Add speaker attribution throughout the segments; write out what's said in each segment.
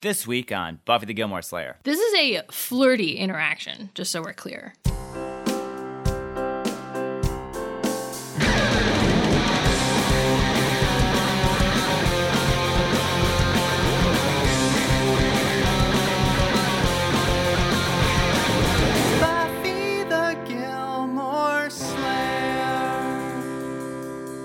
Speaker 1: This week on Buffy the Gilmore Slayer.
Speaker 2: This is a flirty interaction, just so we're clear.
Speaker 3: Buffy the Gilmore Slayer.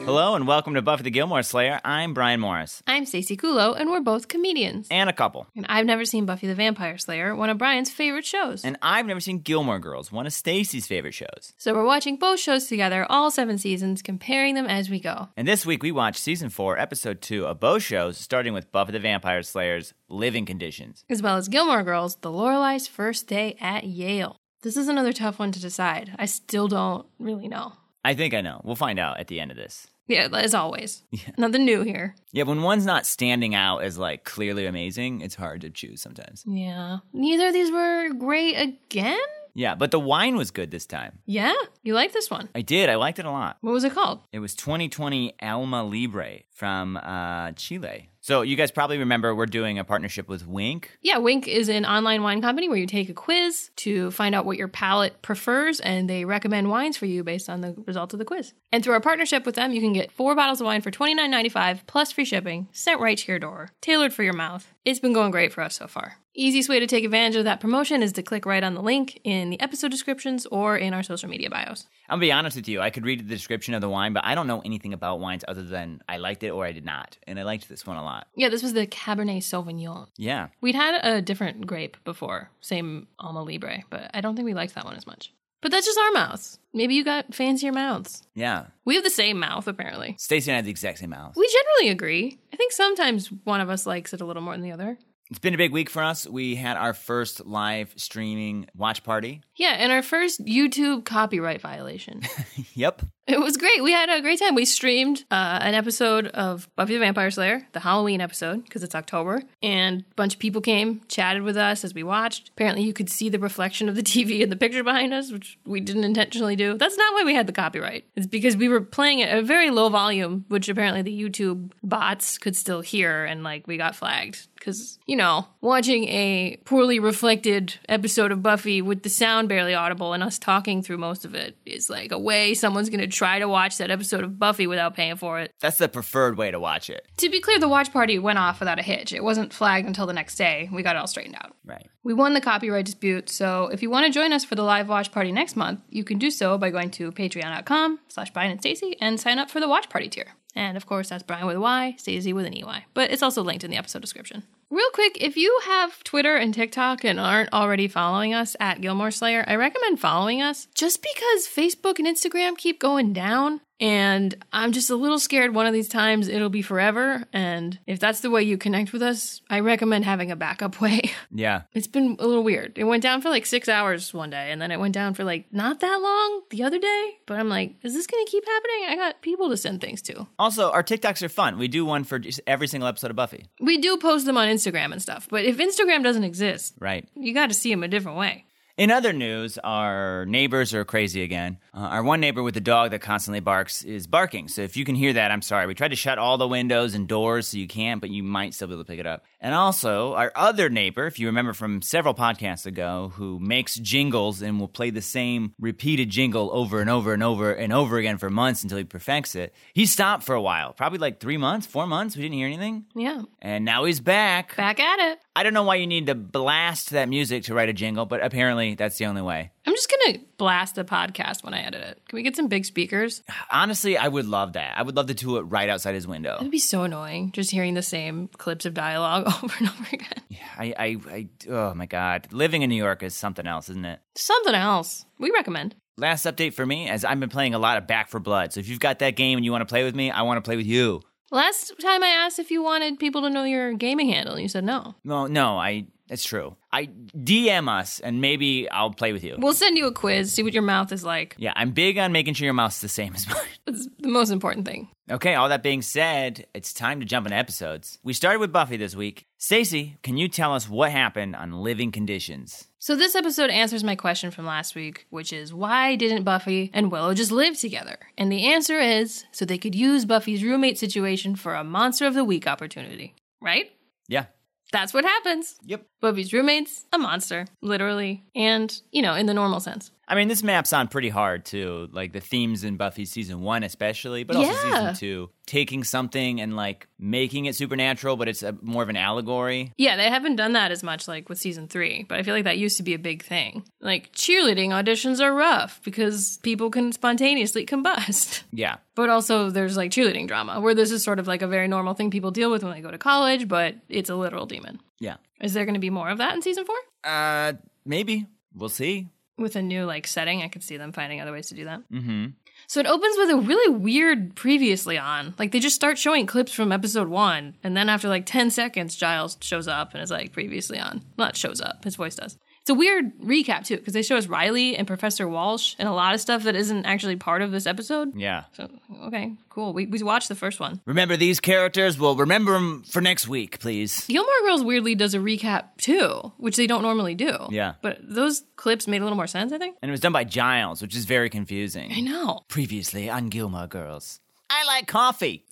Speaker 1: Hello and welcome to Buffy the Gilmore Slayer. I'm Brian Morris
Speaker 2: I'm Stacey Kulo, and we're both comedians.
Speaker 1: and a couple.
Speaker 2: And I've never seen Buffy the Vampire Slayer, one of Brian's favorite shows.
Speaker 1: And I've never seen Gilmore Girls, one of Stacy's favorite shows.
Speaker 2: so we're watching both shows together, all seven seasons, comparing them as we go.
Speaker 1: And this week we watched season four, episode two of both shows, starting with Buffy the Vampire Slayer's Living Conditions.
Speaker 2: as well as Gilmore Girls, The Lorelei's First Day at Yale. This is another tough one to decide. I still don't really know.
Speaker 1: I think I know. We'll find out at the end of this.
Speaker 2: Yeah, as always. Nothing new here.
Speaker 1: Yeah, when one's not standing out as like clearly amazing, it's hard to choose sometimes.
Speaker 2: Yeah. Neither of these were great again?
Speaker 1: Yeah, but the wine was good this time.
Speaker 2: Yeah? You like this one?
Speaker 1: I did. I liked it a lot.
Speaker 2: What was it called?
Speaker 1: It was 2020 Alma Libre from uh, Chile. So you guys probably remember we're doing a partnership with Wink.
Speaker 2: Yeah, Wink is an online wine company where you take a quiz to find out what your palate prefers, and they recommend wines for you based on the results of the quiz. And through our partnership with them, you can get four bottles of wine for $29.95 plus free shipping, sent right to your door, tailored for your mouth. It's been going great for us so far. Easiest way to take advantage of that promotion is to click right on the link in the episode descriptions or in our social media bios.
Speaker 1: I'm gonna be honest with you. I could read the description of the wine, but I don't know anything about wines other than I liked it or I did not, and I liked this one a lot.
Speaker 2: Yeah, this was the Cabernet Sauvignon.
Speaker 1: Yeah,
Speaker 2: We'd had a different grape before, same Alma Libre, but I don't think we liked that one as much. But that's just our mouths. Maybe you got fancier mouths.
Speaker 1: yeah.
Speaker 2: We have the same mouth, apparently.
Speaker 1: Stacy and I had the exact same mouth.
Speaker 2: We generally agree. I think sometimes one of us likes it a little more than the other.
Speaker 1: It's been a big week for us. We had our first live streaming watch party.
Speaker 2: Yeah, and our first YouTube copyright violation.
Speaker 1: Yep.
Speaker 2: it was great. We had a great time. We streamed uh, an episode of Buffy the Vampire Slayer, the Halloween episode, because it's October, and a bunch of people came, chatted with us as we watched. Apparently, you could see the reflection of the TV in the picture behind us, which we didn't intentionally do. That's not why we had the copyright. It's because we were playing it at a very low volume, which apparently the YouTube bots could still hear, and like we got flagged. Because, you know, watching a poorly reflected episode of Buffy with the sound barely audible and us talking through most of it is like a way someone's going to try to watch that episode of Buffy without paying for it.
Speaker 1: That's the preferred way to watch it.
Speaker 2: To be clear, the watch party went off without a hitch. It wasn't flagged until the next day. We got it all straightened out.
Speaker 1: Right.
Speaker 2: We won the copyright dispute, so if you want to join us for the live watch party next month, you can do so by going to patreon.com slash Brian and Stacey and sign up for the watch party tier. And of course, that's Brian with a Y, Stacey with an EY, but it's also linked in the episode description. Real quick, if you have Twitter and TikTok and aren't already following us at Gilmore Slayer, I recommend following us just because Facebook and Instagram keep going down. And I'm just a little scared one of these times it'll be forever. And if that's the way you connect with us, I recommend having a backup way.
Speaker 1: Yeah.
Speaker 2: It's been a little weird. It went down for like six hours one day, and then it went down for like not that long the other day. But I'm like, is this gonna keep happening? I got people to send things to.
Speaker 1: Also, our TikToks are fun. We do one for just every single episode of Buffy.
Speaker 2: We do post them on Instagram and stuff, but if Instagram doesn't exist,
Speaker 1: Right.
Speaker 2: you got to see them a different way.
Speaker 1: In other news, our neighbors are crazy again. Uh, our one neighbor with a dog that constantly barks is barking. So if you can hear that, I'm sorry. We tried to shut all the windows and doors so you can't, but you might still be able to pick it up. And also, our other neighbor, if you remember from several podcasts ago, who makes jingles and will play the same repeated jingle over and over and over and over again for months until he perfects it, he stopped for a while. Probably like three months, four months. We didn't hear anything.
Speaker 2: Yeah,
Speaker 1: And now he's back.
Speaker 2: back at it.
Speaker 1: I don't know why you need to blast that music to write a jingle, but apparently that's the only way.
Speaker 2: I'm just gonna blast the podcast when I edit it. Can we get some big speakers? That
Speaker 1: Honestly, I would love that. I would love to do it right outside his window.
Speaker 2: would be so annoying just hearing the same clips of dialogue over and over again.
Speaker 1: I, I, I, oh my God. Living in New York is something else, isn't it?
Speaker 2: Something else we recommend.
Speaker 1: Last update for me, as I've been playing a lot of Back for Blood. So if you've got that game and you want to play with me, I want to play with you.
Speaker 2: Last time I asked if you wanted people to know your gaming handle, you said no.
Speaker 1: No, no, I, that's true. I DM us and maybe I'll play with you.
Speaker 2: We'll send you a quiz, see what your mouth is like.
Speaker 1: Yeah, I'm big on making sure your mouth's the same as mine.
Speaker 2: It's the most important thing.
Speaker 1: Okay, all that being said, it's time to jump into episodes. We started with Buffy this week. Stacy, can you tell us what happened on Living Conditions?
Speaker 2: So, this episode answers my question from last week, which is why didn't Buffy and Willow just live together? And the answer is so they could use Buffy's roommate situation for a Monster of the Week opportunity, right?
Speaker 1: Yeah.
Speaker 2: That's what happens.
Speaker 1: Yep.
Speaker 2: Buffy's roommate's a monster, literally, and, you know, in the normal sense.
Speaker 1: I mean, this map's on pretty hard too. Like the themes in Buffy season one, especially, but also
Speaker 2: Yeah.
Speaker 1: season two, taking something and like making it supernatural, but it's a, more of an allegory.
Speaker 2: Yeah, they haven't done that as much like with season three, but I feel like that used to be a big thing. Like cheerleading auditions are rough because people can spontaneously combust.
Speaker 1: Yeah,
Speaker 2: But also there's like cheerleading drama, where this is sort of like a very normal thing people deal with when they go to college, but it's a literal demon.
Speaker 1: yeah.
Speaker 2: Is there gonna be more of that in season four?
Speaker 1: Uh, maybe we'll see.
Speaker 2: With a new like setting, I could see them finding other ways to do that.
Speaker 1: Mm-hmm.
Speaker 2: So it opens with a really weird previously on. Like they just start showing clips from episode one, and then after like 10 seconds, Giles shows up and is like previously on. Not shows up, his voice does. It's a weird recap too, because they show us Riley and Professor Walsh and a lot of stuff that isn't actually part of this episode.
Speaker 1: Yeah.
Speaker 2: So, okay, cool. We, we watched the first one.
Speaker 1: Remember these characters. We'll remember them for next week, please.
Speaker 2: Gilmore Girls weirdly does a recap too, which they don't normally do.
Speaker 1: Yeah.
Speaker 2: But those clips made a little more sense, I think.
Speaker 1: And it was done by Giles, which is very confusing.
Speaker 2: I know.
Speaker 1: Previously on Gilmore Girls, I like coffee.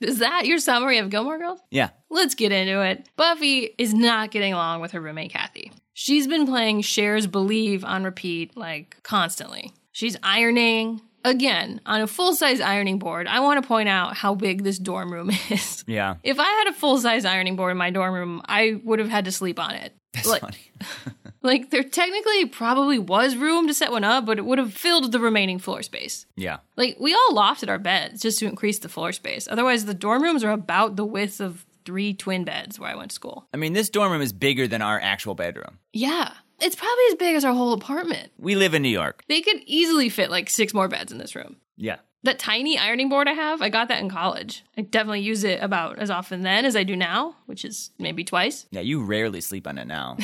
Speaker 2: Is that your summary of Gilmore Girls?
Speaker 1: Yeah,
Speaker 2: Let's get into it. Buffy is not getting along with her roommate Kathy. She's been playing Cher's Believe on repeat like constantly. She's ironing again on a full size ironing board. I want to point out how big this dorm room is.
Speaker 1: yeah.
Speaker 2: If I had a full size ironing board in my dorm room, I would have had to sleep on it.
Speaker 1: That's
Speaker 2: like,
Speaker 1: funny.
Speaker 2: like there technically probably was room to set one up, but it would have filled the remaining floor space.
Speaker 1: Yeah.
Speaker 2: Like we all lofted our beds just to increase the floor space. Otherwise, the dorm rooms are about the width of three twin beds where I went to school.
Speaker 1: I mean, this dorm room is bigger than our actual bedroom.
Speaker 2: Yeah, it's probably as big as our whole apartment.
Speaker 1: We live in New York.
Speaker 2: They could easily fit like six more beds in this room.
Speaker 1: Yeah.
Speaker 2: That tiny ironing board I have, I got that in college. I definitely use it about as often then as I do now, which is maybe twice.
Speaker 1: Yeah, you rarely sleep on it now.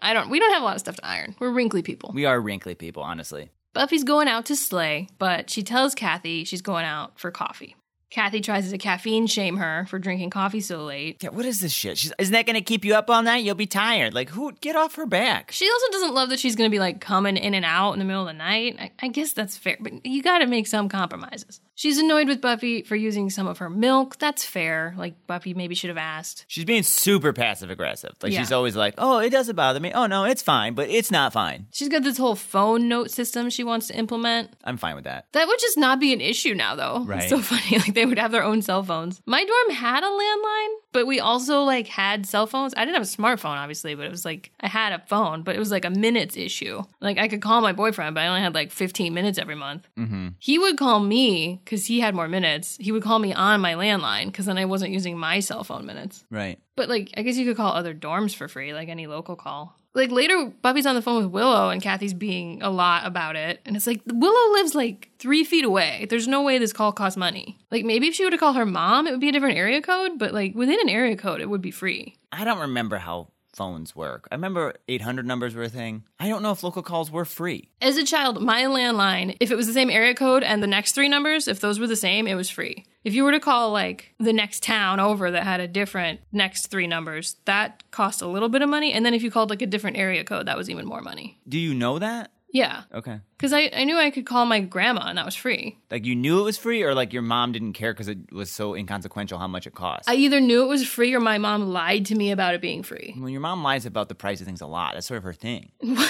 Speaker 2: I don't. We don't have a lot of stuff to iron. We're wrinkly people.
Speaker 1: we are wrinkly people, honestly.
Speaker 2: Buffy's going out to slay, but she tells Kathy she's going out for coffee. Kathy tries to caffeine shame her for drinking coffee so late,
Speaker 1: Yeah, what is this shit? She's, isn't that going to keep you up all night? You'll be tired. Like, who? Get off her back.
Speaker 2: She also doesn't love that she's going to be like coming in and out in the middle of the night. I, I guess that's fair, but you got to make some compromises. She's annoyed with Buffy for using some of her milk. That's fair. Like, Buffy maybe should have asked.
Speaker 1: She's being super passive aggressive. Like,
Speaker 2: Yeah.
Speaker 1: she's always like, oh, it doesn't bother me. Oh, no, it's fine, but it's not fine.
Speaker 2: She's got this whole phone note system she wants to implement.
Speaker 1: I'm fine with that.
Speaker 2: That would just not be an issue now, though.
Speaker 1: Right.
Speaker 2: It's so funny. Like, they would have their own cell phones. My dorm had a landline, but we also, like, had cell phones. I didn't have a smartphone, obviously, but it was like, I had a phone, but it was like a minutes issue. Like, I could call my boyfriend, but I only had like 15 minutes every month.
Speaker 1: Mm-hmm.
Speaker 2: He would call me because he had more minutes. He would call me on my landline because then I wasn't using my cell phone minutes.
Speaker 1: Right.
Speaker 2: But like, I guess you could call other dorms for free, like any local call. Like later, Buffy's on the phone with Willow and Kathy's being a lot about it. And it's like, Willow lives like three feet away. There's no way this call costs money. Like, maybe if she were to call her mom, it would be a different area code, but like within an area code, it would be free.
Speaker 1: I don't remember how phones work. I remember 800 numbers were a thing. I don't know if local calls were free.
Speaker 2: As a child, my landline, if it was the same area code and the next three numbers, if those were the same, it was free. If you were to call like the next town over that had a different next three numbers, that cost a little bit of money. And then if you called like a different area code, that was even more money.
Speaker 1: Do you know that?
Speaker 2: Yeah.
Speaker 1: Okay.
Speaker 2: Because I, I knew I could call my grandma and that was free.
Speaker 1: Like, you knew it was free, or like your mom didn't care because it was so inconsequential how much it cost?
Speaker 2: I either knew it was free or my mom lied to me about it being free.
Speaker 1: Well, your mom lies about the price of things a lot. That's sort of her thing.
Speaker 2: no,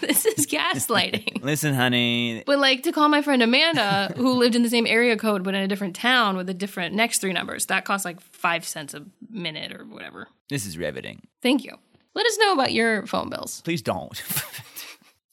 Speaker 2: this is gaslighting.
Speaker 1: Listen, honey.
Speaker 2: But like to call my friend Amanda, who lived in the same area code but in a different town with a different next three numbers, that costs like five cents a minute or whatever.
Speaker 1: This is riveting.
Speaker 2: Thank you. Let us know about your phone bills.
Speaker 1: Please don't.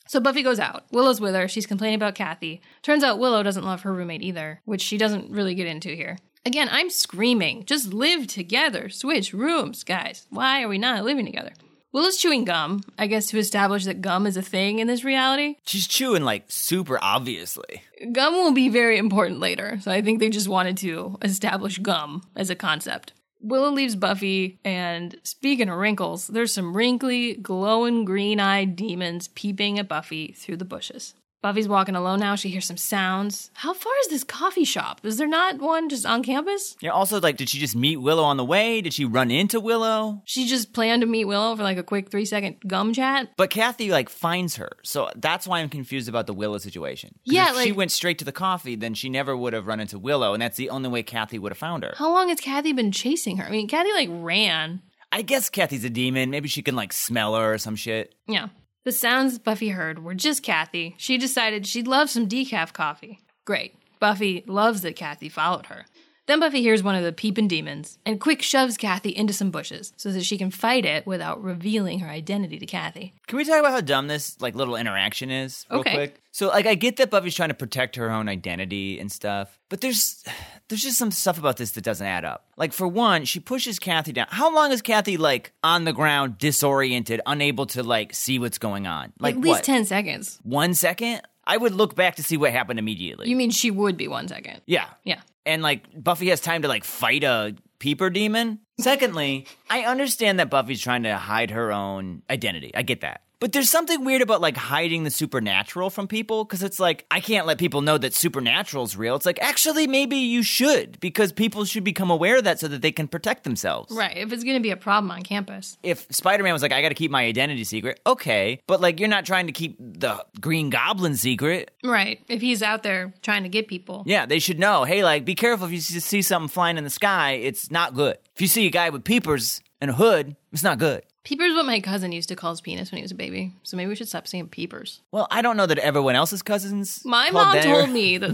Speaker 2: So Buffy goes out. Willow's with her. She's complaining about Kathy. Turns out Willow doesn't love her roommate either, which she doesn't really get into here. Again, I'm screaming. Just live together. Switch rooms, guys. Why are we not living together? Willow's chewing gum, I guess to establish that gum is a thing in this reality.
Speaker 1: She's chewing like super obviously.
Speaker 2: Gum will be very important later, so I think they just wanted to establish gum as a concept. Willow leaves Buffy, and speaking of wrinkles, there's some wrinkly, glowing green eyed demons peeping at Buffy through the bushes. Buffy's walking alone now. She hears some sounds. How far is this coffee shop? Is there not one just on campus?
Speaker 1: Yeah, also, like, did she just meet Willow on the way? Did she run into Willow?
Speaker 2: She just planned to meet Willow for like a quick three second gum chat.
Speaker 1: But Kathy, like, finds her. So that's why I'm confused about the Willow situation. 'Cause
Speaker 2: Yeah,
Speaker 1: if she
Speaker 2: like-
Speaker 1: went straight to the coffee, then she never would have run into Willow, and that's the only way Kathy would have found her.
Speaker 2: How long has Kathy been chasing her? I mean, Kathy like ran.
Speaker 1: I guess Kathy's a demon. Maybe she can, like, smell her or some shit.
Speaker 2: Yeah. The sounds Buffy heard were just Kathy. She decided she'd love some decaf coffee. Great. Buffy loves that Kathy followed her. Then Buffy hears one of the peeping demons and quick shoves Kathy into some bushes so that she can fight it without revealing her identity to Kathy.
Speaker 1: Can we talk about how dumb this like little interaction is real
Speaker 2: Okay.
Speaker 1: quick? So like I get that Buffy's trying to protect her own identity and stuff, but there's there's just some stuff about this that doesn't add up. Like for one, she pushes Kathy down. How long is Kathy like on the ground, disoriented, unable to like see what's going on? Like
Speaker 2: At least
Speaker 1: what?
Speaker 2: 10 seconds.
Speaker 1: One second? I would look back to see what happened immediately.
Speaker 2: You mean she would be one second?
Speaker 1: yeah.
Speaker 2: Yeah.
Speaker 1: And like Buffy has time to like fight a peeper demon. Secondly, I understand that Buffy's trying to hide her own identity. I get that. But there's something weird about like hiding the supernatural from people because it's like, I can't let people know that supernatural's real. It's like, actually, maybe you should because people should become aware of that so that they can protect themselves.
Speaker 2: Right. If it's going to be a problem on campus.
Speaker 1: If Spider Man was like, I got to keep my identity secret, okay. But like, you're not trying to keep the Green Goblin secret.
Speaker 2: Right. If he's out there trying to get people.
Speaker 1: Yeah, they should know. Hey, like, be careful if you s- see something flying in the sky. It's not good. If you see a guy with peepers and a hood, it's not good.
Speaker 2: Peepers what my cousin used to call his penis when he was a baby. So maybe we should stop saying peepers.
Speaker 1: Well, I don't know that everyone else's cousins.
Speaker 2: My
Speaker 1: called
Speaker 2: mom
Speaker 1: that-
Speaker 2: told me that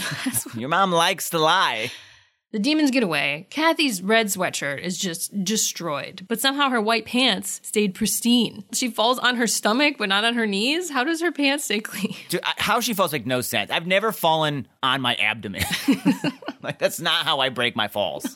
Speaker 2: that's
Speaker 1: Your mom likes to lie.
Speaker 2: The demons get away. Kathy's red sweatshirt is just destroyed, but somehow her white pants stayed pristine. She falls on her stomach, but not on her knees. How does her pants stay clean?
Speaker 1: Dude, I- how she falls make no sense. I've never fallen on my abdomen. like, that's not how I break my falls.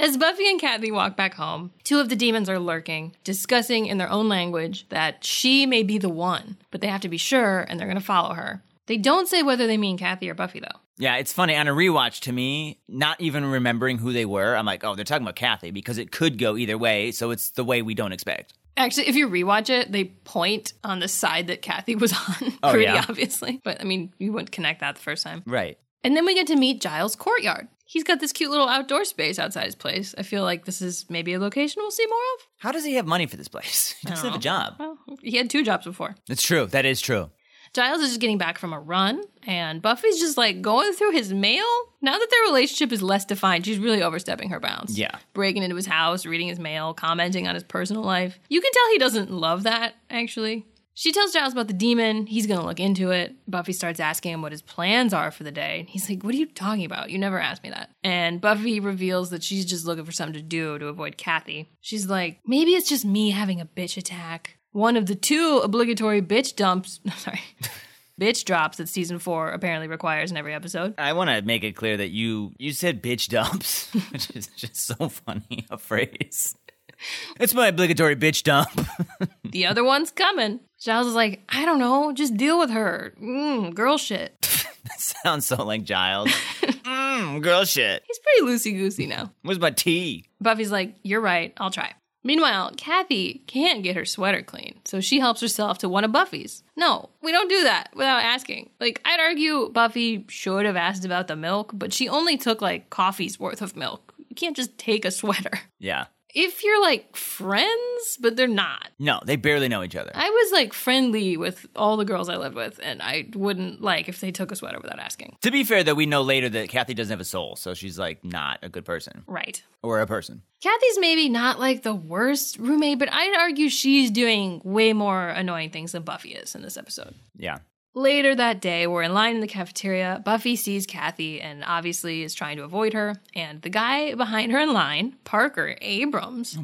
Speaker 2: As Buffy and Kathy walk back home, two of the demons are lurking, discussing in their own language that she may be the one, but they have to be sure and they're going to follow her. They don't say whether they mean Kathy or Buffy, though.
Speaker 1: Yeah, it's funny. On a rewatch, to me, not even remembering who they were, I'm like, oh, they're talking about Kathy because it could go either way. So it's the way we don't expect.
Speaker 2: Actually, if you rewatch it, they point on the side that Kathy was on, pretty
Speaker 1: yeah.
Speaker 2: obviously. But I mean, you wouldn't connect that the first time.
Speaker 1: Right.
Speaker 2: And then we get to meet Giles' courtyard. He's got this cute little outdoor space outside his place. I feel like this is maybe a location we'll see more of.
Speaker 1: How does he have money for this place? He doesn't have a job.
Speaker 2: Well, he had two jobs before.
Speaker 1: That's true. That is true.
Speaker 2: Giles is just getting back from a run, and Buffy's just like going through his mail. Now that their relationship is less defined, she's really overstepping her bounds.
Speaker 1: Yeah.
Speaker 2: Breaking into his house, reading his mail, commenting on his personal life. You can tell he doesn't love that, actually. She tells Giles about the demon. He's going to look into it. Buffy starts asking him what his plans are for the day. And he's like, What are you talking about? You never asked me that. And Buffy reveals that she's just looking for something to do to avoid Kathy. She's like, Maybe it's just me having a bitch attack. One of the two obligatory bitch dumps. Sorry. bitch drops that season four apparently requires in every episode.
Speaker 1: I want to make it clear that you you said bitch dumps, which is just so funny a phrase. It's my obligatory bitch dump.
Speaker 2: The other one's coming. Giles is like, I don't know, just deal with her. Mm, girl shit.
Speaker 1: Sounds so like Giles. Mmm, girl shit.
Speaker 2: He's pretty loosey goosey now.
Speaker 1: Where's my tea?
Speaker 2: Buffy's like, You're right, I'll try. Meanwhile, Kathy can't get her sweater clean, so she helps herself to one of Buffy's. No, we don't do that without asking. Like, I'd argue Buffy should have asked about the milk, but she only took like coffee's worth of milk. You can't just take a sweater.
Speaker 1: Yeah.
Speaker 2: If you're like friends, but they're not.
Speaker 1: No, they barely know each other.
Speaker 2: I was like friendly with all the girls I lived with, and I wouldn't like if they took a sweater without asking.
Speaker 1: to be fair, though, we know later that Kathy doesn't have a soul, so she's like not a good person
Speaker 2: Right.
Speaker 1: or a person.
Speaker 2: Kathy's maybe not like the worst roommate, but I'd argue she's doing way more annoying things than Buffy is in this episode.
Speaker 1: Yeah.
Speaker 2: Later that day, we're in line in the cafeteria. Buffy sees Kathy and obviously is trying to avoid her. And the guy behind her in line, Parker Abrams,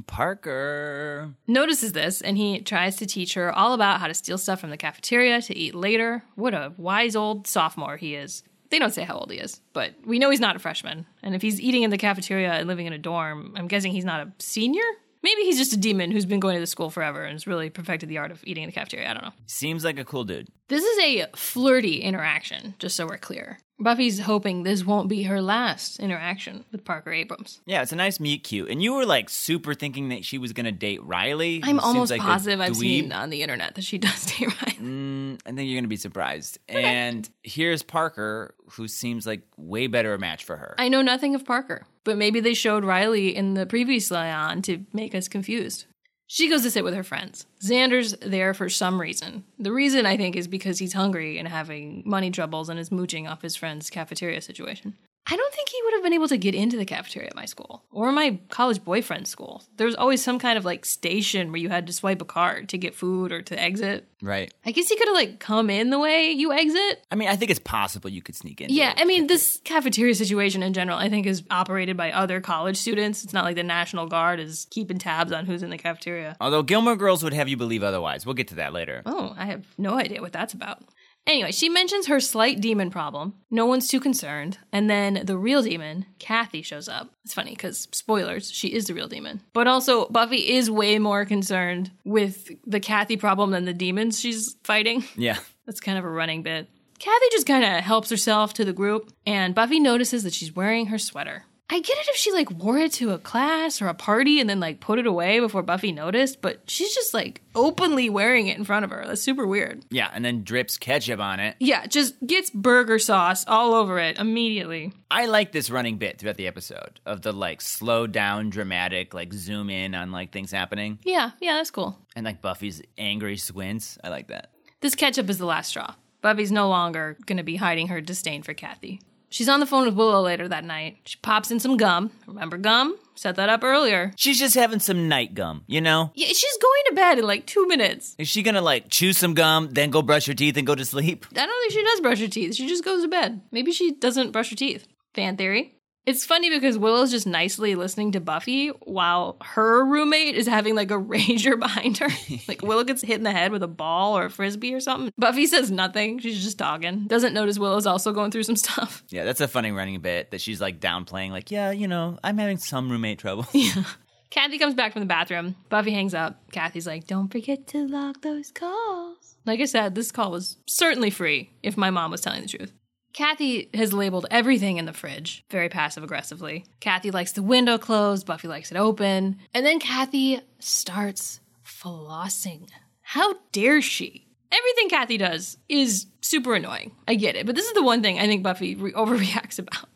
Speaker 1: Parker.
Speaker 2: notices this and he tries to teach her all about how to steal stuff from the cafeteria to eat later. What a wise old sophomore he is. They don't say how old he is, but we know he's not a freshman. And if he's eating in the cafeteria and living in a dorm, I'm guessing he's not a senior? Maybe he's just a demon who's been going to the school forever and has really perfected the art of eating in the cafeteria. I don't know.
Speaker 1: Seems like a cool dude.
Speaker 2: This is a flirty interaction, just so we're clear. Buffy's hoping this won't be her last interaction with Parker Abrams.
Speaker 1: Yeah, it's a nice meet cute. And you were like super thinking that she was gonna date Riley.
Speaker 2: I'm
Speaker 1: who seems
Speaker 2: almost
Speaker 1: like a
Speaker 2: positive I've
Speaker 1: dweeb.
Speaker 2: seen on the internet that she does date Ryan.
Speaker 1: Mm, I think you're gonna be surprised. And here's Parker, who seems like way better a match for her.
Speaker 2: I know nothing of Parker, but maybe they showed Riley in the previous Leon to make us confused. She goes to sit with her friends. Xander's there for some reason. The reason I think is because he's hungry and having money troubles and is mooching off his friend's cafeteria situation. I don't think he would have been able to get into the cafeteria at my school or my college boyfriend's school. There was always some kind of like station where you had to swipe a card to get food or to exit.
Speaker 1: right.
Speaker 2: I guess he could have like come in the way you exit,
Speaker 1: I mean, I think it's possible you could sneak in.
Speaker 2: yeah, I mean, this cafeteria situation in general, I think, is operated by other college students. It's not like the National Guard is keeping tabs on who's in the cafeteria.
Speaker 1: Although Gilmore Girls would have you believe otherwise. We'll get to that later.
Speaker 2: Oh, I have no idea what that's about. Anyway, she mentions her slight demon problem. No one's too concerned. And then the real demon, Kathy, shows up. It's funny because, spoilers, she is the real demon. But also, Buffy is way more concerned with the Kathy problem than the demons she's fighting.
Speaker 1: Yeah.
Speaker 2: That's kind of a running bit. Kathy just kind of helps herself to the group, and Buffy notices that she's wearing her sweater. I get it if she like wore it to a class or a party and then like put it away before Buffy noticed, but she's just like openly wearing it in front of her. That's super weird.
Speaker 1: Yeah. And then drips ketchup on it.
Speaker 2: Yeah, just gets burger sauce all over it immediately.
Speaker 1: I like this running bit throughout the episode of the like slow down, dramatic, like zoom in on like things happening
Speaker 2: Yeah, yeah, that's cool.
Speaker 1: and like Buffy's angry squints. I like that.
Speaker 2: This ketchup is the last straw. Buffy's no longer going to be hiding her disdain for Kathy. She's on the phone with Willow later that night. She pops in some gum. Remember gum? Set that up earlier.
Speaker 1: She's just having some night gum, you know?
Speaker 2: Yeah, she's going to bed in like two minutes.
Speaker 1: Is she gonna like chew some gum, then go brush her teeth and go to sleep?
Speaker 2: I don't think she does brush her teeth. She just goes to bed. Maybe she doesn't brush her teeth. Fan theory. It's funny because Willow's just nicely listening to Buffy while her roommate is having like a rager behind her. like Willow gets hit in the head with a ball or a frisbee or something. Buffy says nothing. She's just talking. Doesn't notice Willow's also going through some stuff.
Speaker 1: Yeah, that's a funny running bit that she's like downplaying, like, yeah, you know, I'm having some roommate trouble.
Speaker 2: Kathy comes back from the bathroom. Buffy hangs up. Kathy's like, Don't forget to log those calls. Like I said, this call was certainly free if my mom was telling the truth. Kathy has labeled everything in the fridge very passive aggressively. Kathy likes the window closed, Buffy likes it open. And then Kathy starts flossing. How dare she? Everything Kathy does is super annoying. I get it, but this is the one thing I think Buffy re- overreacts about.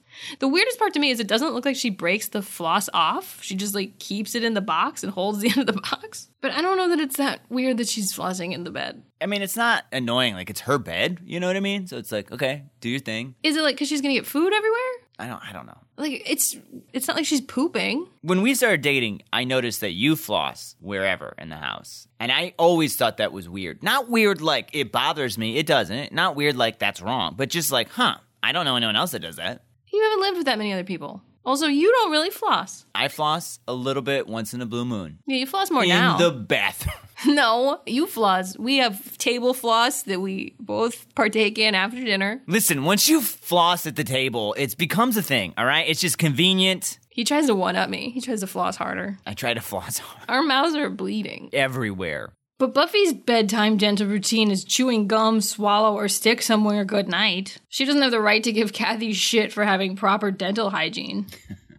Speaker 2: The weirdest part to me is it doesn't look like she breaks the floss off. She just like keeps it in the box and holds the end of the box. But I don't know that it's that weird that she's flossing in the bed.
Speaker 1: I mean, it's not annoying, like it's her bed, you know what I mean? So it's like, okay, do your thing.
Speaker 2: Is it like because she's gonna get food everywhere?
Speaker 1: I don't I don't know.
Speaker 2: Like it's it's not like she's pooping.
Speaker 1: When we started dating, I noticed that you floss wherever in the house. And I always thought that was weird. Not weird like it bothers me, it doesn't. Not weird like that's wrong, but just like, huh, I don't know anyone else that does that.
Speaker 2: You haven't lived with that many other people. Also, you don't really floss.
Speaker 1: I floss a little bit once in a blue moon.
Speaker 2: Yeah, you floss more
Speaker 1: In
Speaker 2: now.
Speaker 1: the bathroom.
Speaker 2: no, you floss. We have table floss that we both partake in after dinner.
Speaker 1: Listen, once you floss at the table, it becomes a thing, all right? It's just convenient.
Speaker 2: He tries to one up me. He tries to floss harder.
Speaker 1: I try to floss hard
Speaker 2: Our mouths are bleeding.
Speaker 1: everywhere.
Speaker 2: But Buffy's bedtime dental routine is chewing gum, swallow, or stick somewhere good night. She doesn't have the right to give Kathy shit for having proper dental hygiene.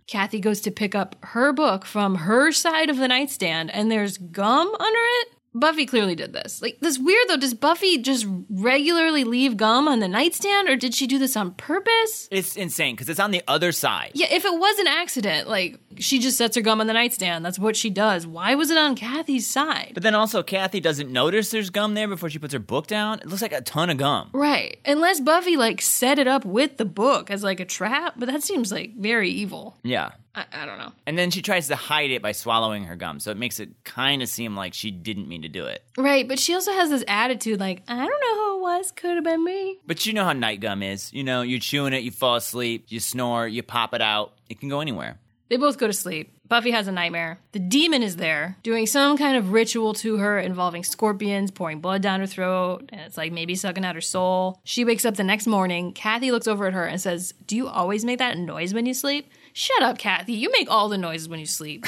Speaker 2: Kathy goes to pick up her book from her side of the nightstand, and there's gum under it? Buffy clearly did this. Like, this weird though. Does Buffy just regularly leave gum on the nightstand, or did she do this on purpose?
Speaker 1: It's insane because it's on the other side.
Speaker 2: Yeah, if it was an accident, like, she just sets her gum on the nightstand. That's what she does. Why was it on Kathy's side?
Speaker 1: But then also, Kathy doesn't notice there's gum there before she puts her book down. It looks like a ton of gum.
Speaker 2: Right. Unless Buffy like set it up with the book as like a trap, but that seems like very evil.
Speaker 1: Yeah.
Speaker 2: I, I don't know.
Speaker 1: And then she tries to hide it by swallowing her gum. So it makes it kind of seem like she didn't mean to do it.
Speaker 2: Right, but she also has this attitude like, I don't know who it was, could have been me.
Speaker 1: But you know how night gum is. You know, you're chewing it, you fall asleep, you snore, you pop it out. It can go anywhere.
Speaker 2: They both go to sleep. Buffy has a nightmare. The demon is there doing some kind of ritual to her involving scorpions, pouring blood down her throat, and it's like maybe sucking out her soul. She wakes up the next morning. Kathy looks over at her and says, Do you always make that noise when you sleep? Shut up, Kathy. You make all the noises when you sleep.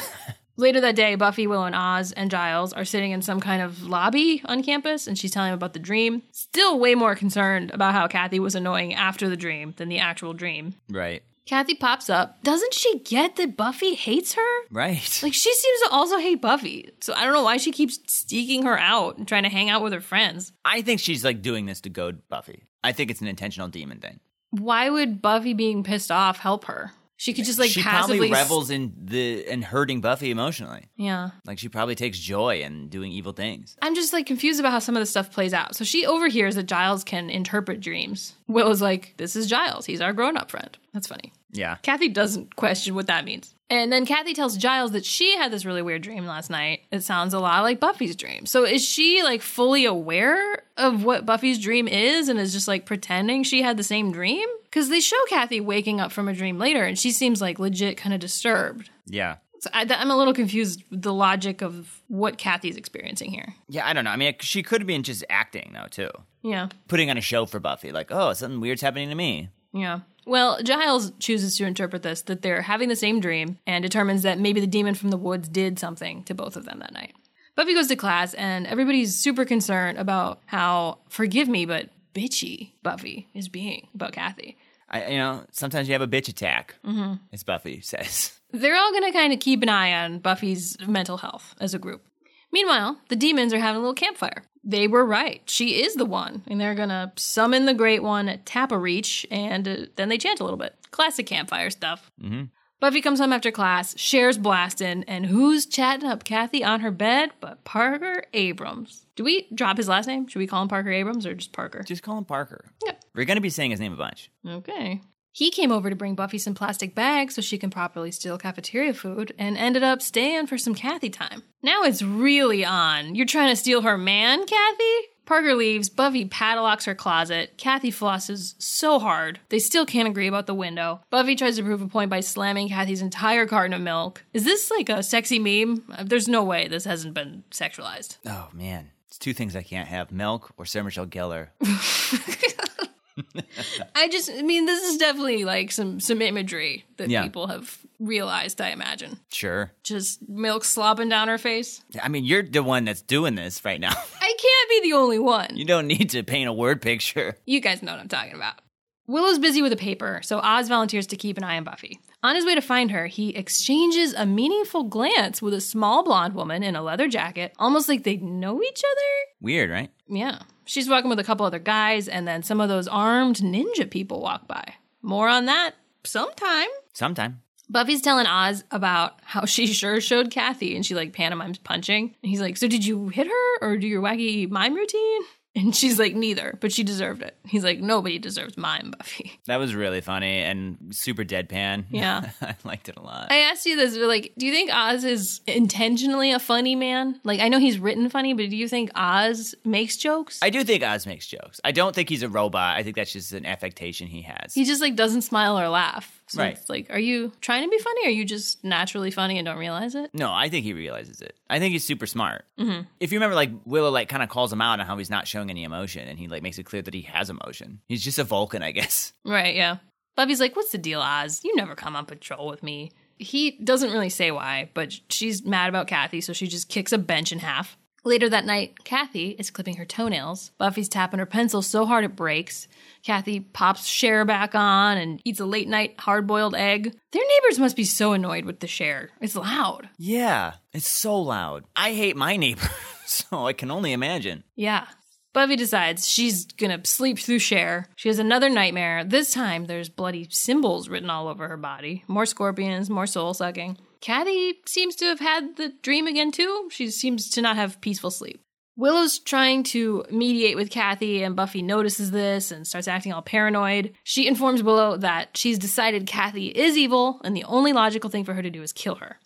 Speaker 2: Later that day, Buffy, Willow, and Oz and Giles are sitting in some kind of lobby on campus, and she's telling him about the dream. Still way more concerned about how Kathy was annoying after the dream than the actual dream.
Speaker 1: Right.
Speaker 2: Kathy pops up. Doesn't she get that Buffy hates her?
Speaker 1: Right.
Speaker 2: Like, she seems to also hate Buffy. So I don't know why she keeps seeking her out and trying to hang out with her friends.
Speaker 1: I think she's like doing this to goad Buffy. I think it's an intentional demon thing.
Speaker 2: Why would Buffy being pissed off help her? She could just like
Speaker 1: she
Speaker 2: passively.
Speaker 1: probably revels in the in hurting Buffy emotionally.
Speaker 2: yeah.
Speaker 1: Like she probably takes joy in doing evil things.
Speaker 2: I'm just like confused about how some of this stuff plays out. So she overhears that Giles can interpret dreams. Willow's like, This is Giles. He's our grown up friend. That's funny.
Speaker 1: Yeah.
Speaker 2: Kathy doesn't question what that means. And then Kathy tells Giles that she had this really weird dream last night. It sounds a lot like Buffy's dream. So is she like fully aware of what Buffy's dream is and is just like pretending she had the same dream? Because they show Kathy waking up from a dream later and she seems like legit kind of disturbed.
Speaker 1: Yeah.
Speaker 2: So I, I'm a little confused with the logic of what Kathy's experiencing here.
Speaker 1: Yeah, I don't know. I mean, she could have been just acting though, too.
Speaker 2: Yeah.
Speaker 1: Putting on a show for Buffy like, "Oh, something weird's happening to me."
Speaker 2: Yeah. Well, Giles chooses to interpret this that they're having the same dream and determines that maybe the demon from the woods did something to both of them that night. Buffy goes to class and everybody's super concerned about how, forgive me, but bitchy Buffy is being about Kathy.
Speaker 1: I you know, sometimes you have a bitch attack. Mm-hmm. As Buffy says.
Speaker 2: They're all going to kind of keep an eye on Buffy's mental health as a group. Meanwhile, the demons are having a little campfire. They were right. She is the one. And they're going to summon the Great One, tap a reach, and uh, then they chant a little bit. Classic campfire stuff. Buffy comes home after class, shares blasting, and who's chatting up Kathy on her bed but Parker Abrams? Do we drop his last name? Should we call him Parker Abrams or just Parker?
Speaker 1: Just call him Parker.
Speaker 2: Yep.
Speaker 1: We're going to be saying his name a bunch.
Speaker 2: Okay. He came over to bring Buffy some plastic bags so she can properly steal cafeteria food and ended up staying for some Kathy time. Now it's really on. You're trying to steal her man, Kathy? Parker leaves, Buffy padlocks her closet, Kathy flosses so hard. They still can't agree about the window. Buffy tries to prove a point by slamming Kathy's entire carton of milk. Is this like a sexy meme? Uh, There's no way this hasn't been sexualized.
Speaker 1: Oh man, it's two things I can't have: milk or Sarah Michelle Gellar.
Speaker 2: I just I mean this is definitely like some some imagery that
Speaker 1: Yeah.
Speaker 2: people have realized, I imagine.
Speaker 1: sure.
Speaker 2: just milk slopping down her face.
Speaker 1: I mean, you're the one that's doing this right now.
Speaker 2: I can't be the only one.
Speaker 1: you don't need to paint a word picture.
Speaker 2: You guys know what I'm talking about. Willow's busy with a paper, so Oz volunteers to keep an eye on Buffy. On his way to find her, he exchanges a meaningful glance with a small blonde woman in a leather jacket, almost like they know each other.
Speaker 1: Weird, right?
Speaker 2: Yeah. She's walking with a couple other guys, and then some of those armed ninja people walk by. More on that sometime.
Speaker 1: Sometime.
Speaker 2: Buffy's telling Oz about how she sure showed Kathy and she like pantomimes punching. And he's like, So did you hit her or do your wacky mime routine? And she's like, Neither, but she deserved it. He's like, Nobody deserves mime, Buffy.
Speaker 1: That was really funny and super deadpan.
Speaker 2: Yeah.
Speaker 1: I liked it a lot.
Speaker 2: I asked you this, but like, do you think Oz is intentionally a funny man? Like, I know he's written funny, but do you think Oz makes jokes?
Speaker 1: I do think Oz makes jokes. I don't think he's a robot. I think that's just an affectation he has.
Speaker 2: he just like doesn't smile or laugh. So
Speaker 1: Right.
Speaker 2: it's like, are you trying to be funny or are you just naturally funny and don't realize it?
Speaker 1: no, I think he realizes it. I think he's super smart. Mm-hmm. If you remember, like Willow, like kind of calls him out on how he's not showing any emotion, and he like makes it clear that he has emotion. He's just a Vulcan, I guess.
Speaker 2: Right, yeah. Buffy's like, What's the deal, Oz? You never come on patrol with me. He doesn't really say why, but she's mad about Kathy, so she just kicks a bench in half. Later that night, Kathy is clipping her toenails. Buffy's tapping her pencil so hard it breaks. Kathy pops Cher back on and eats a late night hard boiled egg. Their neighbors must be so annoyed with the Cher. It's loud.
Speaker 1: Yeah, it's so loud. I hate my neighbor, so I can only imagine.
Speaker 2: Yeah. Buffy decides she's gonna sleep through Cher. She has another nightmare. This time, there's bloody symbols written all over her body. More scorpions, more soul sucking. Kathy seems to have had the dream again, too. She seems to not have peaceful sleep. Willow's trying to mediate with Kathy, and Buffy notices this and starts acting all paranoid. She informs Willow that she's decided Kathy is evil, and the only logical thing for her to do is kill her.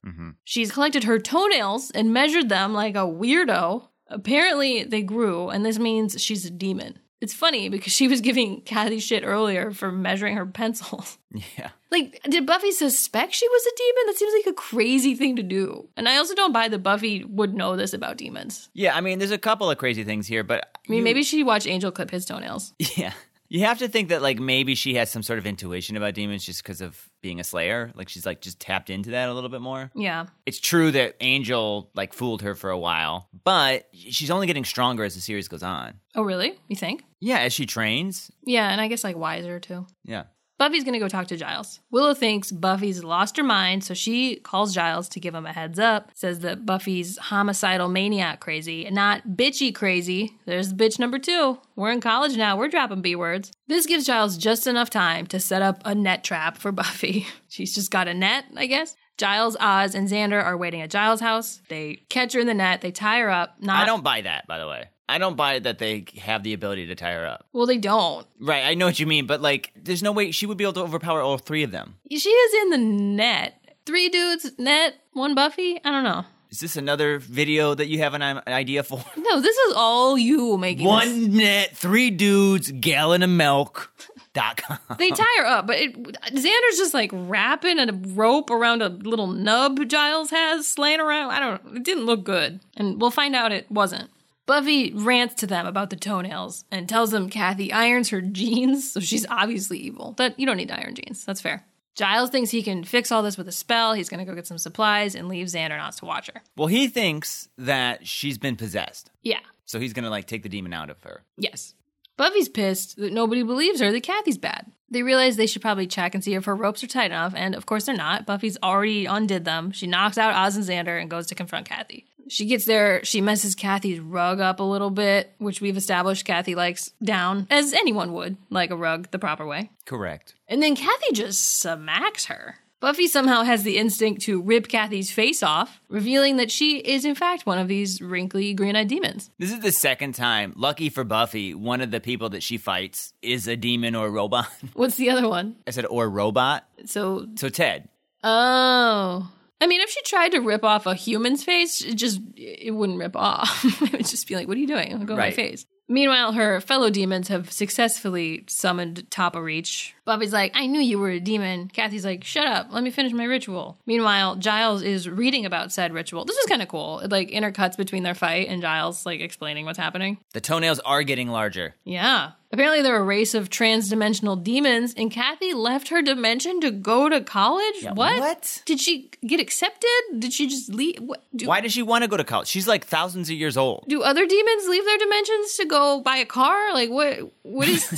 Speaker 2: She's collected her toenails and measured them like a weirdo. Apparently, they grew, and this means she's a demon. It's funny because she was giving Kathy shit earlier for measuring her pencils.
Speaker 1: Yeah.
Speaker 2: Like, did Buffy suspect she was a demon? That seems like a crazy thing to do. And I also don't buy that Buffy would know this about demons.
Speaker 1: Yeah, I mean, there's a couple of crazy things here, but
Speaker 2: I mean, maybe she watched Angel clip his toenails.
Speaker 1: yeah, You have to think that like maybe she has some sort of intuition about demons just because of being a slayer. Like she's like just tapped into that a little bit more.
Speaker 2: Yeah.
Speaker 1: It's true that Angel like fooled her for a while, but she's only getting stronger as the series goes on.
Speaker 2: Oh, really? You think?
Speaker 1: Yeah, as she trains.
Speaker 2: Yeah, and I guess like wiser too.
Speaker 1: Yeah.
Speaker 2: Buffy's gonna go talk to Giles. Willow thinks Buffy's lost her mind, so she calls Giles to give him a heads up. Says that Buffy's homicidal maniac crazy, not bitchy crazy. There's bitch number two. We're in college now, we're dropping B words. This gives Giles just enough time to set up a net trap for Buffy. She's just got a net, I guess. Giles, Oz, and Xander are waiting at Giles' house. They catch her in the net, they tie her up. Not,
Speaker 1: I don't buy that, by the way. I don't buy that they have the ability to tie her up.
Speaker 2: Well, they don't.
Speaker 1: Right, I know what you mean, but like, there's no way she would be able to overpower all three of them.
Speaker 2: She is in the net. Three dudes, net, one Buffy? I don't know.
Speaker 1: Is this another video that you have an i- idea for?
Speaker 2: No, this is all you making. this.
Speaker 1: One net, three dudes, gallon of milk. Dot com.
Speaker 2: They tie her up, but it, Xander's just like wrapping a rope around a little nub Giles has slaying around. I don't know. It didn't look good. And we'll find out it wasn't. Buffy rants to them about the toenails and tells them Kathy irons her jeans, so she's obviously evil. But you don't need to iron jeans. That's fair. Giles thinks he can fix all this with a spell. He's going to go get some supplies and leave Xander and Oz to watch her.
Speaker 1: Well, he thinks that she's been possessed.
Speaker 2: Yeah.
Speaker 1: So he's gonna like take the demon out of her.
Speaker 2: Yes. Buffy's pissed that nobody believes her that Kathy's bad. They realize they should probably check and see if her ropes are tight enough, and of course they're not. Buffy's already undid them. She knocks out Oz and Xander and goes to confront Kathy. She gets there, she messes Kathy's rug up a little bit, which we've established Kathy likes down, as anyone would, like a rug the proper way.
Speaker 1: Correct.
Speaker 2: And then Kathy just smacks her. Buffy somehow has the instinct to rip Kathy's face off, revealing that she is in fact one of these wrinkly green eyed demons.
Speaker 1: This is the second time, lucky for Buffy, one of the people that she fights is a demon or robot.
Speaker 2: What's the other one?
Speaker 1: I said or robot.
Speaker 2: So
Speaker 1: So Ted.
Speaker 2: Oh. I mean, if she tried to rip off a human's face, it just it wouldn't rip off. it would just be like, "What are you doing? Go my
Speaker 1: Right.
Speaker 2: face." Meanwhile, her fellow demons have successfully summoned Tapa Reach. Buffy's like, "I knew you were a demon." Kathy's like, "Shut up! Let me finish my ritual." Meanwhile, Giles is reading about said ritual. This is kind of cool. It like intercuts between their fight and Giles like explaining what's happening.
Speaker 1: The toenails are getting larger.
Speaker 2: Yeah. Apparently, they're a race of trans-dimensional demons, and Kathy left her dimension to go to college. what?
Speaker 1: what?
Speaker 2: Did she get accepted? Did she just leave? What, do,
Speaker 1: Why does she want to go to college? She's like thousands of years old.
Speaker 2: do other demons leave their dimensions to go buy a car? Like what? What is?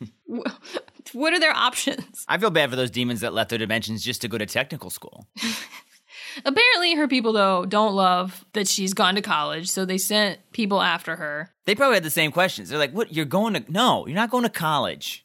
Speaker 2: wh- what are their options?
Speaker 1: I feel bad for those demons that left their dimensions just to go to technical school.
Speaker 2: Apparently, her people though don't love that she's gone to college, so they sent people after her.
Speaker 1: They probably had the same questions. They're like, "What? You're going to? No, you're not going to college."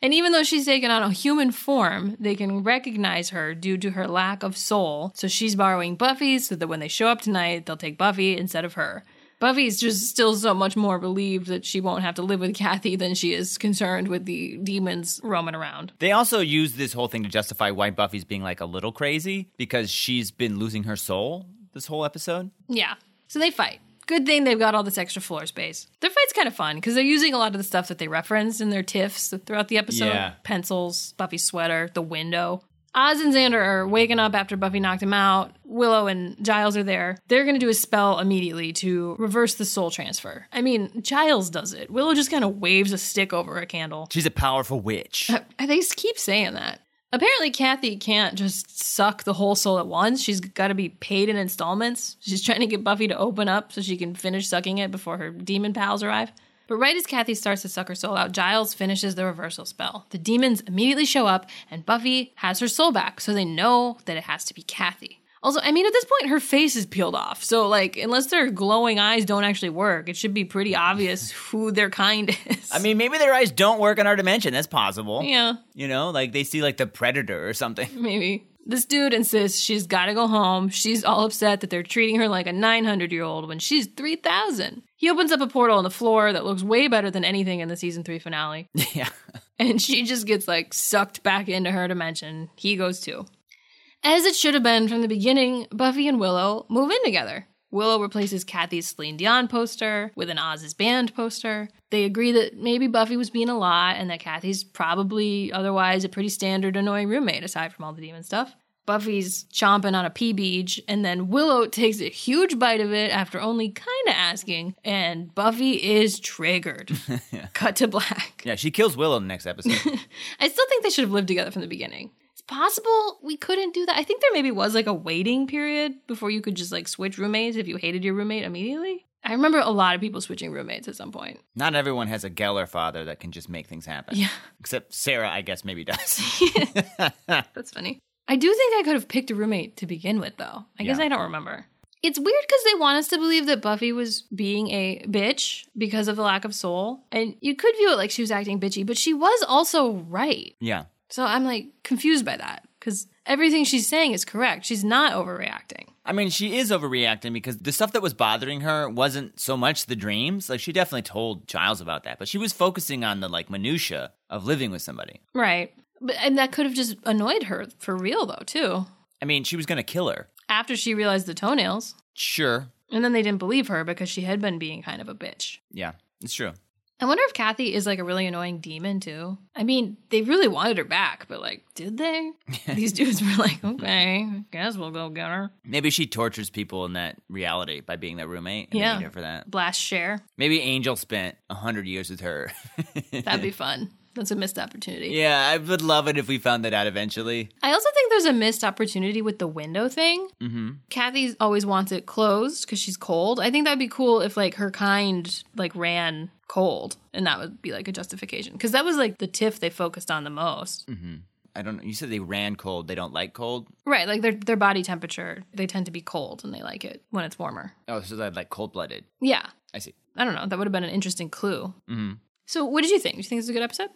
Speaker 2: And even though she's taken on a human form, they can recognize her due to her lack of soul. So she's borrowing Buffy so that when they show up tonight, they'll take Buffy instead of her. Buffy's just still so much more relieved that she won't have to live with Kathy than she is concerned with the demons roaming around.
Speaker 1: They also use this whole thing to justify why Buffy's being like a little crazy because she's been losing her soul this whole episode.
Speaker 2: Yeah. So they fight. Good thing they've got all this extra floor space. Their fight's kind of fun because they're using a lot of the stuff that they referenced in their tiffs throughout the episode
Speaker 1: Yeah.
Speaker 2: pencils, Buffy's sweater, the window. Oz and Xander are waking up after Buffy knocked him out. Willow and Giles are there. They're going to do a spell immediately to reverse the soul transfer. I mean, Giles does it. Willow just kind of waves a stick over a candle.
Speaker 1: She's a powerful witch.
Speaker 2: I- They s- keep saying that. Apparently, Kathy can't just suck the whole soul at once. She's got to be paid in installments. She's trying to get Buffy to open up so she can finish sucking it before her demon pals arrive. But right as Kathy starts to suck her soul out, Giles finishes the reversal spell. The demons immediately show up, and Buffy has her soul back, so they know that it has to be Kathy. Also, I mean, at this point, her face is peeled off. So, like, unless their glowing eyes don't actually work, it should be pretty obvious who their kind is.
Speaker 1: I mean, maybe their eyes don't work in our dimension. That's possible.
Speaker 2: yeah.
Speaker 1: You know, like they see like the predator or something.
Speaker 2: maybe. This dude insists she's got to go home. She's all upset that they're treating her like a 900 year old when she's 3,000. He opens up a portal on the floor that looks way better than anything in the season three finale.
Speaker 1: yeah.
Speaker 2: And she just gets like sucked back into her dimension. He goes too. As it should have been from the beginning, Buffy and Willow move in together. Willow replaces Kathy's Celine Dion poster with an Oz's band poster. They agree that maybe Buffy was being a lot and that Kathy's probably otherwise a pretty standard annoying roommate aside from all the demon stuff. Buffy's chomping on a pea beach, and then Willow takes a huge bite of it after only kind of asking, and Buffy is triggered. Cut to black.
Speaker 1: Yeah, she kills Willow in the next episode.
Speaker 2: I still think they should have lived together from the beginning. It's possible we couldn't do that. I think there maybe was like a waiting period before you could just like switch roommates if you hated your roommate immediately. I remember a lot of people switching roommates at some point.
Speaker 1: Not everyone has a Geller father that can just make things happen.
Speaker 2: Yeah.
Speaker 1: Except Sarah, I guess, maybe does.
Speaker 2: That's funny. I do think I could have picked a roommate to begin with, though. I guess
Speaker 1: Yeah.
Speaker 2: I don't remember. It's weird because they want us to believe that Buffy was being a bitch because of the lack of soul. And you could view it like she was acting bitchy, but she was also right.
Speaker 1: yeah.
Speaker 2: So I'm like confused by that because everything she's saying is correct. She's not overreacting.
Speaker 1: I mean, she is overreacting because the stuff that was bothering her wasn't so much the dreams. Like, she definitely told Giles about that, but she was focusing on the, like, minutia of living with somebody.
Speaker 2: Right. But, and that could have just annoyed her for real, though, too.
Speaker 1: I mean, she was going to kill her.
Speaker 2: After she realized the toenails.
Speaker 1: Sure.
Speaker 2: And then they didn't believe her because she had been being kind of a bitch.
Speaker 1: Yeah, it's true.
Speaker 2: I wonder if Kathy is like a really annoying demon too. I mean, they really wanted her back, but like, did they? These dudes were like, okay, guess we'll go get her.
Speaker 1: Maybe she tortures people in that reality by being that roommate. And
Speaker 2: Yeah.
Speaker 1: yeah. Her for that.
Speaker 2: Blast share.
Speaker 1: Maybe Angel spent a 100 years with her.
Speaker 2: That'd be fun. That's a missed opportunity.
Speaker 1: yeah, I would love it if we found that out eventually.
Speaker 2: I also think there's a missed opportunity with the window thing. Mm-hmm. Kathy always wants it closed because she's cold. I think that'd be cool if like her kind like ran cold, and that would be like a justification because that was like the tiff they focused on the most.
Speaker 1: I don't know. You said they ran cold. They don't like cold.
Speaker 2: Right, like their their body temperature, they tend to be cold, and they like it when it's warmer.
Speaker 1: Oh, so they're like cold blooded.
Speaker 2: Yeah,
Speaker 1: I see.
Speaker 2: I don't know. That would have been an interesting clue. Mm-hmm. So, what did you think? Do you think this was a good episode?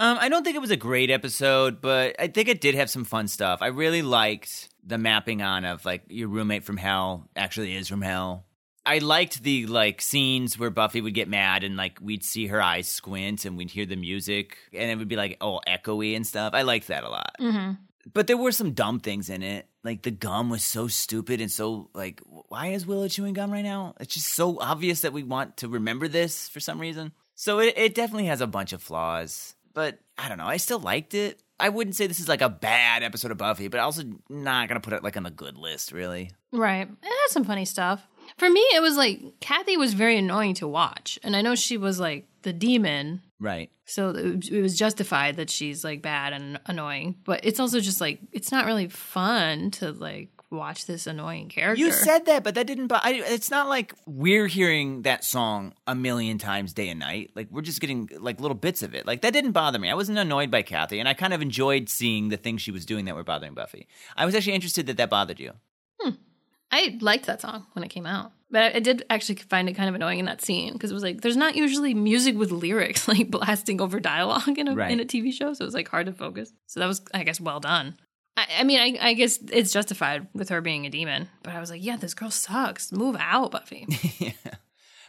Speaker 1: Um, I don't think it was a great episode, but I think it did have some fun stuff. I really liked the mapping on of like your roommate from hell actually is from hell. I liked the like scenes where Buffy would get mad and like we'd see her eyes squint and we'd hear the music and it would be like all echoey and stuff. I liked that a lot. Mm-hmm. But there were some dumb things in it. Like the gum was so stupid and so like why is Willow chewing gum right now? It's just so obvious that we want to remember this for some reason. So it, it definitely has a bunch of flaws. But I don't know. I still liked it. I wouldn't say this is like a bad episode of Buffy, but also not gonna put it like on the good list, really.
Speaker 2: Right, it had some funny stuff. For me, it was like Kathy was very annoying to watch, and I know she was like the demon,
Speaker 1: Right.
Speaker 2: so it it was justified that she's like bad and annoying. But it's also just like it's not really fun to like watch this annoying character.
Speaker 1: You said that, but that didn't. But I, it's not like we're hearing that song a million times day and night. Like we're just getting like little bits of it. Like that didn't bother me. I wasn't annoyed by Kathy, and I kind of enjoyed seeing the things she was doing that were bothering Buffy. I was actually interested that that bothered you.
Speaker 2: I liked that song when it came out. But I- I did actually find it kind of annoying in that scene because it was like, there's not usually music with lyrics like blasting over dialogue in a,
Speaker 1: Right.
Speaker 2: in a TV show. So it was like hard to focus. So that was, I guess, well done. I, I mean, I, I guess it's justified with her being a demon. But I was like, yeah, this girl sucks. Move out, Buffy.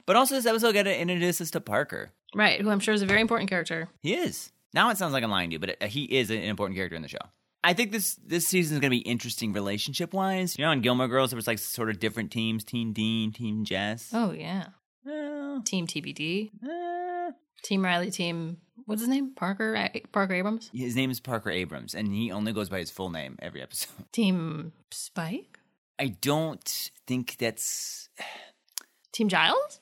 Speaker 1: But also, this episode got to introduce us to Parker.
Speaker 2: right. Who I'm sure is a very important character.
Speaker 1: He is. Now it sounds like I'm lying to you, but it, he is an important character in the show. I think this this season is going to be interesting relationship wise. You know, on Gilmore Girls, there was like sort of different teams: Team Dean, Team Jess.
Speaker 2: Oh, yeah.
Speaker 1: Oh,
Speaker 2: Team TBD,
Speaker 1: uh,
Speaker 2: Team Riley, Team, what's his name? Parker, A- Parker Abrams?
Speaker 1: His name is Parker Abrams, and he only goes by his full name every episode.
Speaker 2: Team Spike?
Speaker 1: I don't think that's.
Speaker 2: Team Giles?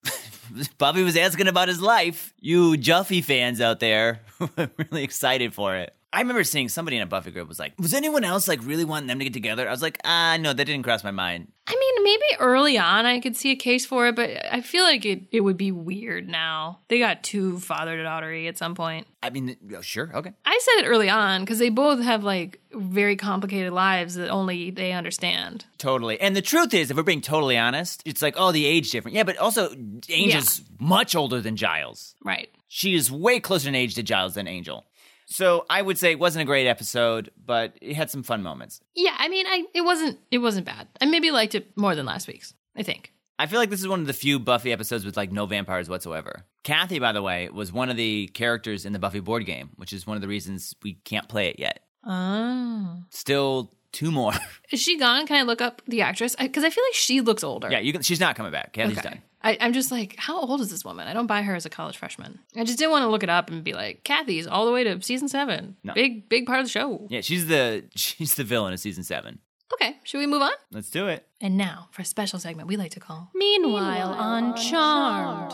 Speaker 1: Bobby was asking about his life. You Juffy fans out there, I'm really excited for it. I remember seeing somebody in a Buffy group was like, "Was anyone else like really wanting them to get together?" I was like, "Ah, no, that didn't cross my mind."
Speaker 2: I mean, maybe early on I could see a case for it, but I feel like it, it would be weird now. They got too father daughter at some point.
Speaker 1: I mean, yeah, sure, okay,
Speaker 2: I said it early on because they both have like very complicated lives that only they understand.
Speaker 1: totally. And the truth is, if we're being totally honest, it's like, oh, the age difference. Yeah, but also, Angel's much older than Giles.
Speaker 2: Right.
Speaker 1: She is way closer in age to Giles than Angel. So I would say it wasn't a great episode, but it had some fun moments.
Speaker 2: Yeah, I mean, I it wasn't it wasn't bad. I maybe liked it more than last week's. I think.
Speaker 1: I feel like this is one of the few Buffy episodes with like no vampires whatsoever. Kathy, by the way, was one of the characters in the Buffy board game, which is one of the reasons we can't play it yet.
Speaker 2: Oh,
Speaker 1: Still two more.
Speaker 2: is she gone? Can I look up the actress? Because I, feel like she looks older.
Speaker 1: yeah, you can, she's not coming back. Kathy's
Speaker 2: Okay.
Speaker 1: done.
Speaker 2: I, I'm just like, how old is this woman? I don't buy her as a college freshman. I just didn't want to look it up and be like, Kathy's all the way to season seven.
Speaker 1: No.
Speaker 2: Big, big part of the show.
Speaker 1: Yeah, she's the she's the villain of season seven.
Speaker 2: Okay, should we move on?
Speaker 1: Let's do it.
Speaker 2: And now for a special segment we like to call Meanwhile, on Charmed.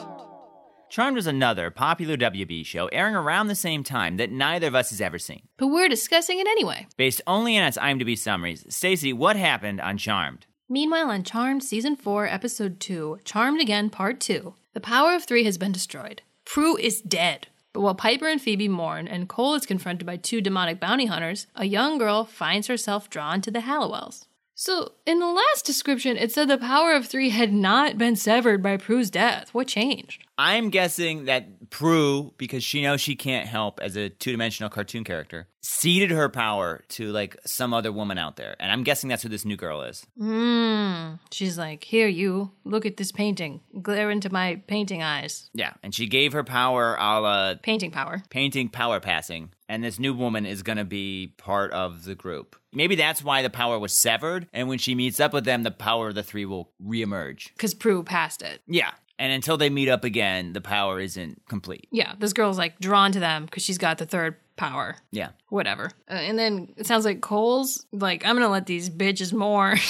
Speaker 1: Charmed was another popular WB show airing around the same time that neither of us has ever seen.
Speaker 2: But we're discussing it anyway.
Speaker 1: Based only on its IMDb summaries, Stacey, what happened on Charmed?
Speaker 2: Meanwhile, on Charmed Season 4, Episode 2, Charmed Again, Part 2, the power of three has been destroyed. Prue is dead. But while Piper and Phoebe mourn and Cole is confronted by two demonic bounty hunters, a young girl finds herself drawn to the Hallowells. So, in the last description, it said the power of three had not been severed by Prue's death. What changed?
Speaker 1: I'm guessing that Prue, because she knows she can't help as a two dimensional cartoon character, ceded her power to like some other woman out there. And I'm guessing that's who this new girl is.
Speaker 2: Mmm. She's like, Here, you, look at this painting. Glare into my painting eyes.
Speaker 1: Yeah. And she gave her power a la
Speaker 2: Painting power.
Speaker 1: painting power passing. And this new woman is going to be part of the group. Maybe that's why the power was severed. And when she meets up with them, the power of the three will reemerge.
Speaker 2: Because Prue passed it.
Speaker 1: Yeah. And until they meet up again, the power isn't complete.
Speaker 2: yeah, this girl's like drawn to them because she's got the third power.
Speaker 1: Yeah.
Speaker 2: Whatever. Uh, and then it sounds like Cole's like, I'm going to let these bitches more.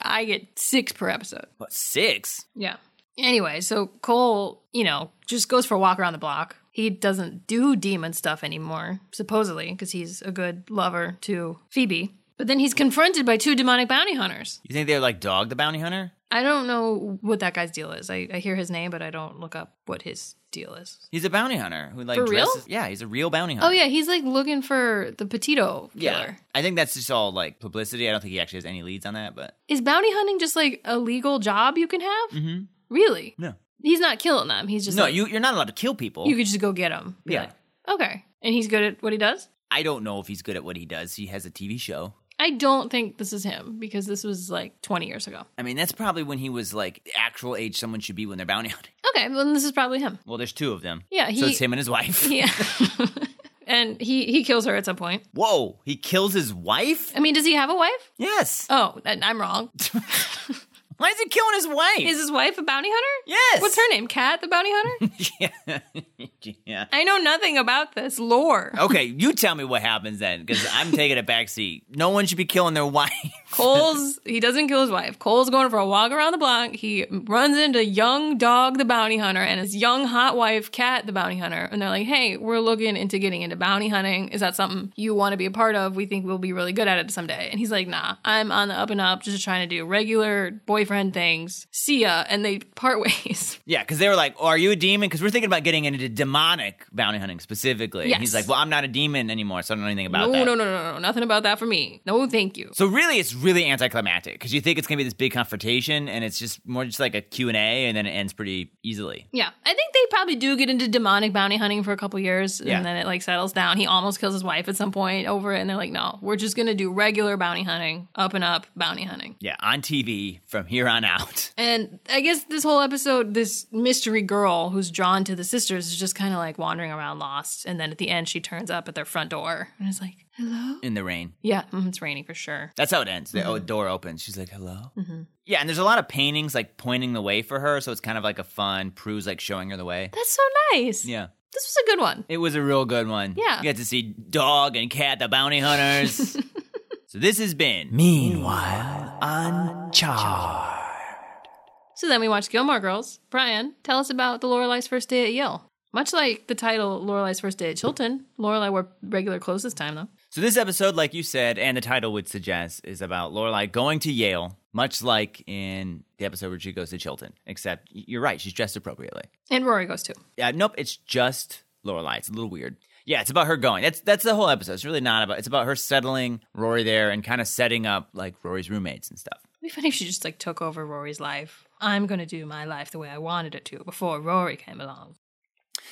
Speaker 2: I get six per episode.
Speaker 1: But six?
Speaker 2: Yeah. Anyway, so Cole, you know, just goes for a walk around the block. He doesn't do demon stuff anymore, supposedly, because he's a good lover to Phoebe. But then he's confronted by two demonic bounty hunters.
Speaker 1: You think they're like Dog the Bounty Hunter?
Speaker 2: I don't know what that guy's deal is. I, I hear his name, but I don't look up what his deal is.
Speaker 1: He's a bounty hunter who like
Speaker 2: For real?
Speaker 1: dresses. Yeah, he's a real bounty hunter.
Speaker 2: Oh yeah, he's like looking for the potato killer.
Speaker 1: Yeah. I think that's just all like publicity. I don't think he actually has any leads on that, but
Speaker 2: Is bounty hunting just like a legal job you can have? Mm-hmm. Really?
Speaker 1: no.
Speaker 2: He's not killing them. He's just
Speaker 1: No,
Speaker 2: like,
Speaker 1: you you're not allowed to kill people.
Speaker 2: You could just go get him.
Speaker 1: Yeah.
Speaker 2: okay, and he's good at what he does.
Speaker 1: I don't know if he's good at what he does. He has a TV show.
Speaker 2: I don't think this is him because this was like 20 years ago.
Speaker 1: I mean, that's probably when he was like the actual age someone should be when they're bounty hunting.
Speaker 2: Okay, well, then this is probably him.
Speaker 1: Well, there's two of them.
Speaker 2: Yeah,
Speaker 1: so
Speaker 2: he-
Speaker 1: it's him and his wife.
Speaker 2: Yeah. and he he kills her at some point.
Speaker 1: Whoa, he kills his wife?
Speaker 2: I mean, does he have a wife?
Speaker 1: Yes.
Speaker 2: Oh, then I'm wrong.
Speaker 1: Why is he killing his wife?
Speaker 2: Is his wife a bounty hunter?
Speaker 1: yes.
Speaker 2: What's her name? Cat the bounty hunter?
Speaker 1: her? Yeah. yeah.
Speaker 2: I know nothing about this lore.
Speaker 1: Okay, you tell me what happens then, because I'm taking a back seat. No one should be killing their wife.
Speaker 2: Cole's he doesn't kill his wife. Cole's going for a walk around the block. He runs into young dog the bounty hunter and his young hot wife cat the bounty hunter and they're like, "Hey, we're looking into getting into bounty hunting. Is that something you want to be a part of? We think we'll be really good at it someday." And he's like, "Nah, I'm on the up and up, just trying to do regular boyfriend things. See ya." And they part ways.
Speaker 1: Yeah, because they were like, oh, "Are you a demon?" Because we're thinking about getting into demonic bounty hunting specifically. And he's
Speaker 2: Yes.
Speaker 1: like, "Well, I'm not a demon anymore, so I don't know anything about
Speaker 2: no,
Speaker 1: that."
Speaker 2: no, no, no, no, nothing about that for me. No, thank you.
Speaker 1: So really, it's really anticlimactic because you think it's gonna be this big confrontation, and it's just more just like a Q and A, and then it ends pretty easily.
Speaker 2: Yeah, I think they probably do get into demonic bounty hunting for a couple years,
Speaker 1: Yeah.
Speaker 2: and then it like settles down. He almost kills his wife at some point over it, and they're like, "No, we're just gonna do regular bounty hunting, up and up bounty hunting."
Speaker 1: Yeah, on TV from here on out.
Speaker 2: And I guess this whole episode, this mystery girl who's drawn to the sisters is just kind of like wandering around lost, and then at the end she turns up at their front door, and it's like, "Hello."
Speaker 1: In the rain.
Speaker 2: Yeah, mm, it's raining for sure.
Speaker 1: That's how it ends. The
Speaker 2: Mm-hmm.
Speaker 1: oh, door opens. She's like, "Hello." Yeah, and there's a lot of paintings like pointing the way for her, so it's kind of like a fun. Prue's like showing her the way.
Speaker 2: That's so nice.
Speaker 1: Yeah.
Speaker 2: This was a good one.
Speaker 1: It was a real good one.
Speaker 2: Yeah.
Speaker 1: You got to see Dog and Cat, the bounty hunters. so this has been Meanwhile on Char.
Speaker 2: So then we watched Gilmore Girls. Brian, tell us about the Lorelai's first day at Yale. Much like the title Lorelai's first day at Chilton, Lorelai wore regular clothes this time though.
Speaker 1: So this episode, like you said, and the title would suggest, is about Lorelai going to Yale, much like in the episode where she goes to Chilton. Except y- you're right, she's dressed appropriately.
Speaker 2: And Rory goes too.
Speaker 1: Yeah, nope, it's just Lorelai. It's a little weird. Yeah, it's about her going. That's that's the whole episode. It's really not about. It's about her settling Rory there and kind of setting up like Rory's roommates and stuff.
Speaker 2: It'd be funny if she just like took over Rory's life. I'm gonna do my life the way I wanted it to before Rory came along.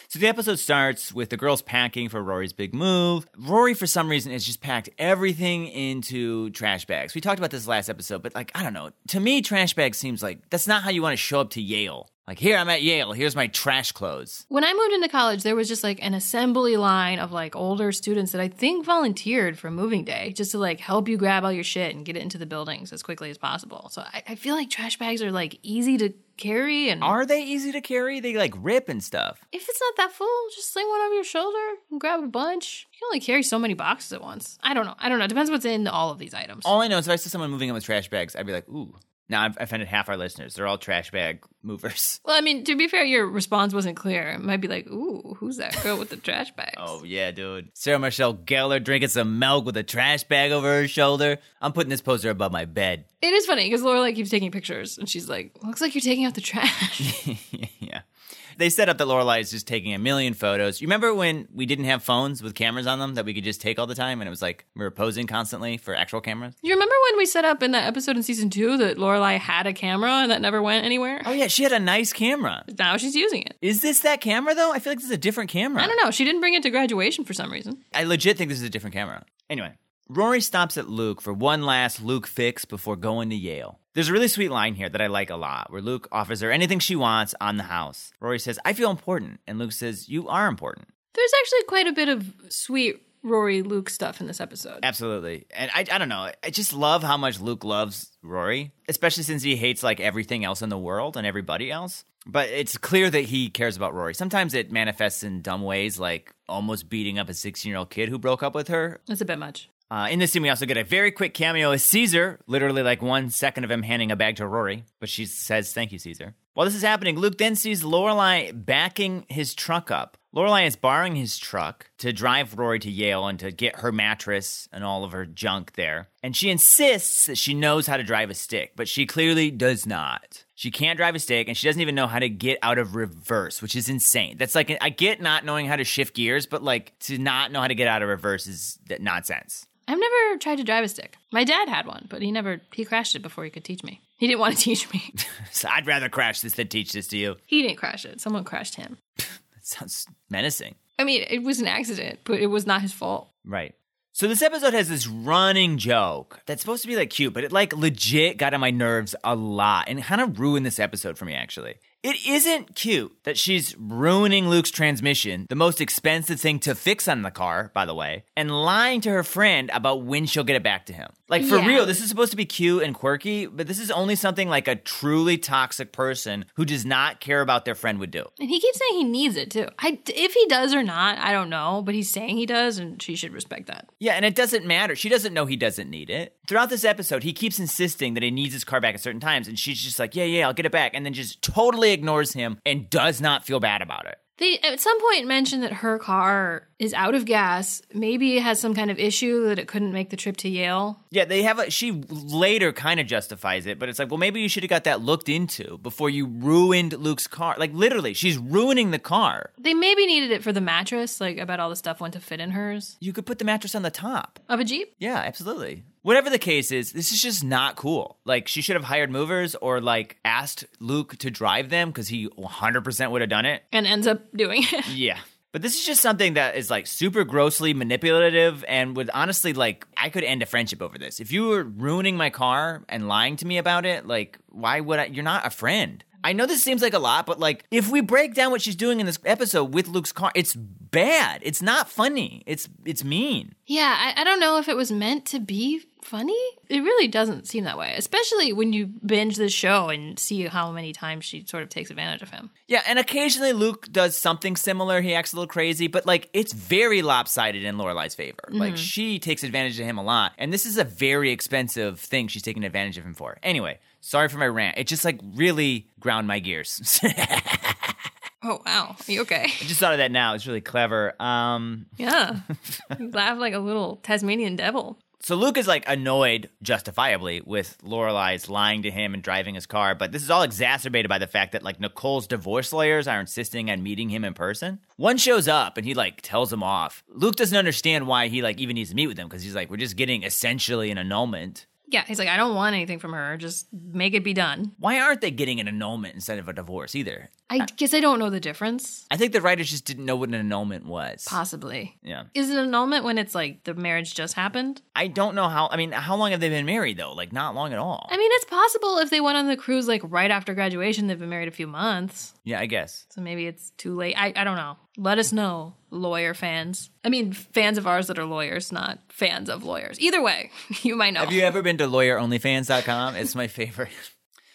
Speaker 1: So the episode starts with the girls packing for Rory's big move. Rory, for some reason, has just packed everything into trash bags. We talked about this last episode, but like, I don't know. To me, trash bags seems like that's not how you want to show up to Yale. Like, here, I'm at Yale. Here's my trash clothes.
Speaker 2: When I moved into college, there was just like an assembly line of like older students that I think volunteered for moving day just to like help you grab all your shit and get it into the buildings as quickly as possible. So I, I feel like trash bags are like easy to carry and
Speaker 1: Are they easy to carry? They like rip and stuff.
Speaker 2: if it's not that full, just sling one over your shoulder and grab a bunch. You can only carry so many boxes at once. I don't know. I don't know. It depends what's in all of these items.
Speaker 1: All I know is if I see someone moving in with trash bags, I'd be like, ooh. Now I've offended half our listeners. They're all trash bag movers.
Speaker 2: well, I mean, to be fair, your response wasn't clear. It might be like, ooh, who's that girl with the trash bags?
Speaker 1: Oh yeah, dude. Sarah Michelle Gellar drinking some milk with a trash bag over her shoulder. I'm putting this poster above my bed.
Speaker 2: It is funny because Laura like keeps taking pictures and she's like, looks like you're taking out the trash.
Speaker 1: yeah. They set up that Lorelai is just taking a million photos. You remember when we didn't have phones with cameras on them that we could just take all the time, and it was like we were posing constantly for actual cameras.
Speaker 2: you remember when we set up in that episode in season two that Lorelai had a camera and that never went anywhere?
Speaker 1: Oh yeah, she had a nice camera.
Speaker 2: Now she's using it.
Speaker 1: Is this that camera though? I feel like this is a different camera.
Speaker 2: I don't know. She didn't bring it to graduation for some reason.
Speaker 1: I legit think this is a different camera. Anyway, Rory stops at Luke for one last Luke fix before going to Yale. There's a really sweet line here that I like a lot where Luke offers her anything she wants on the house. Rory says, I feel important. And Luke says, You are important.
Speaker 2: There's actually quite a bit of sweet Rory Luke stuff in this episode.
Speaker 1: Absolutely. And I, I don't know. I just love how much Luke loves Rory, especially since he hates like everything else in the world and everybody else. But it's clear that he cares about Rory. Sometimes it manifests in dumb ways, like almost beating up a 16 year old kid who broke up with her
Speaker 2: That's a bit much.
Speaker 1: Uh, in this scene, we also get a very quick cameo as Caesar, literally like one second of him handing a bag to Rory, but she says, Thank you, Caesar. While this is happening, Luke then sees Lorelei backing his truck up. Lorelei is borrowing his truck to drive Rory to Yale and to get her mattress and all of her junk there. And she insists that she knows how to drive a stick, but she clearly does not. She can't drive a stick and she doesn't even know how to get out of reverse, which is insane. That's like, I get not knowing how to shift gears, but like to not know how to get out of reverse is that nonsense.
Speaker 2: I've never tried to drive a stick. My dad had one, but he never he crashed it before he could teach me. He didn't want to teach me.
Speaker 1: So I'd rather crash this than teach this to you.
Speaker 2: he didn't crash it. Someone crashed him.
Speaker 1: That sounds menacing.
Speaker 2: I mean, it was an accident, but it was not his fault.
Speaker 1: Right. So this episode has this running joke that's supposed to be like cute, but it like legit got on my nerves a lot and kind of ruined this episode for me actually. It isn't cute that she's ruining Luke's transmission, the most expensive thing to fix on the car, by the way, and lying to her friend about when she'll get it back to him. Like for
Speaker 2: Yeah.
Speaker 1: real, this is supposed to be cute and quirky, but this is only something like a truly toxic person who does not care about their friend would do.
Speaker 2: And he keeps saying he needs it too. I, if he does or not, I don't know, but he's saying he does, and she should respect that.
Speaker 1: Yeah, and it doesn't matter. She doesn't know he doesn't need it. Throughout this episode, he keeps insisting that he needs his car back at certain times, and she's just like, yeah, yeah, I'll get it back, and then just totally ignores him and does not feel bad about it.
Speaker 2: They at some point mentioned that her car is out of gas. Maybe it has some kind of issue that it couldn't make the trip to Yale.
Speaker 1: Yeah, they have a. She later kind of justifies it, but it's like, well, maybe you should have got that looked into before you ruined Luke's car. Like, literally, she's ruining the car.
Speaker 2: They maybe needed it for the mattress. Like, I bet all the stuff went to fit in hers.
Speaker 1: You could put the mattress on the top.
Speaker 2: Of a Jeep?
Speaker 1: Yeah, absolutely. Whatever the case is, this is just not cool. Like, she should have hired movers or, like, asked Luke to drive them because he 100% would have done it.
Speaker 2: And ends up doing it.
Speaker 1: Yeah. But this is just something that is like super grossly manipulative and would honestly like I could end a friendship over this. If you were ruining my car and lying to me about it, like why would I you're not a friend. I know this seems like a lot, but like if we break down what she's doing in this episode with Luke's car, it's bad. It's not funny. It's it's mean.
Speaker 2: yeah, I, I don't know if it was meant to be funny. It really doesn't seem that way, especially when you binge this show and see how many times she sort of takes advantage of him.
Speaker 1: Yeah, and occasionally Luke does something similar. He acts a little crazy, but like it's very lopsided in Lorelai's favor. Like she takes advantage of him a lot, and this is a very expensive thing she's taking advantage of him for. Anyway, sorry for my rant. It just like really ground my gears. I
Speaker 2: Oh, wow. Are you okay?
Speaker 1: just thought of that now. It's really clever. Um,
Speaker 2: Yeah. you laugh like a little Tasmanian devil.
Speaker 1: so Luke is like annoyed, justifiably, with Lorelai's lying to him and driving his car, but this is all exacerbated by the fact that like Nicole's divorce lawyers are insisting on meeting him in person. One shows up and he like tells him off. Luke doesn't understand why he like even needs to meet with them because he's like, we're just getting essentially an annulment.
Speaker 2: Yeah, he's like, I don't want anything from her. Just make it be done.
Speaker 1: Why aren't they getting an annulment instead of a divorce either?
Speaker 2: I guess I don't know the difference.
Speaker 1: I think the writers just didn't know what an annulment was.
Speaker 2: Possibly.
Speaker 1: yeah.
Speaker 2: Is it annulment when it's like the marriage just happened?
Speaker 1: I don't know how. I mean, how long have they been married though? Like, not long at all.
Speaker 2: I mean, it's possible if they went on the cruise like right after graduation, they've been married a few months.
Speaker 1: yeah, I guess.
Speaker 2: So maybe it's too late. I, I don't know. Let us know, lawyer fans. I mean, fans of ours that are lawyers, not fans of lawyers. Either way, you might know.
Speaker 1: Have you ever been to lawyeronlyfans.com? It's my favorite.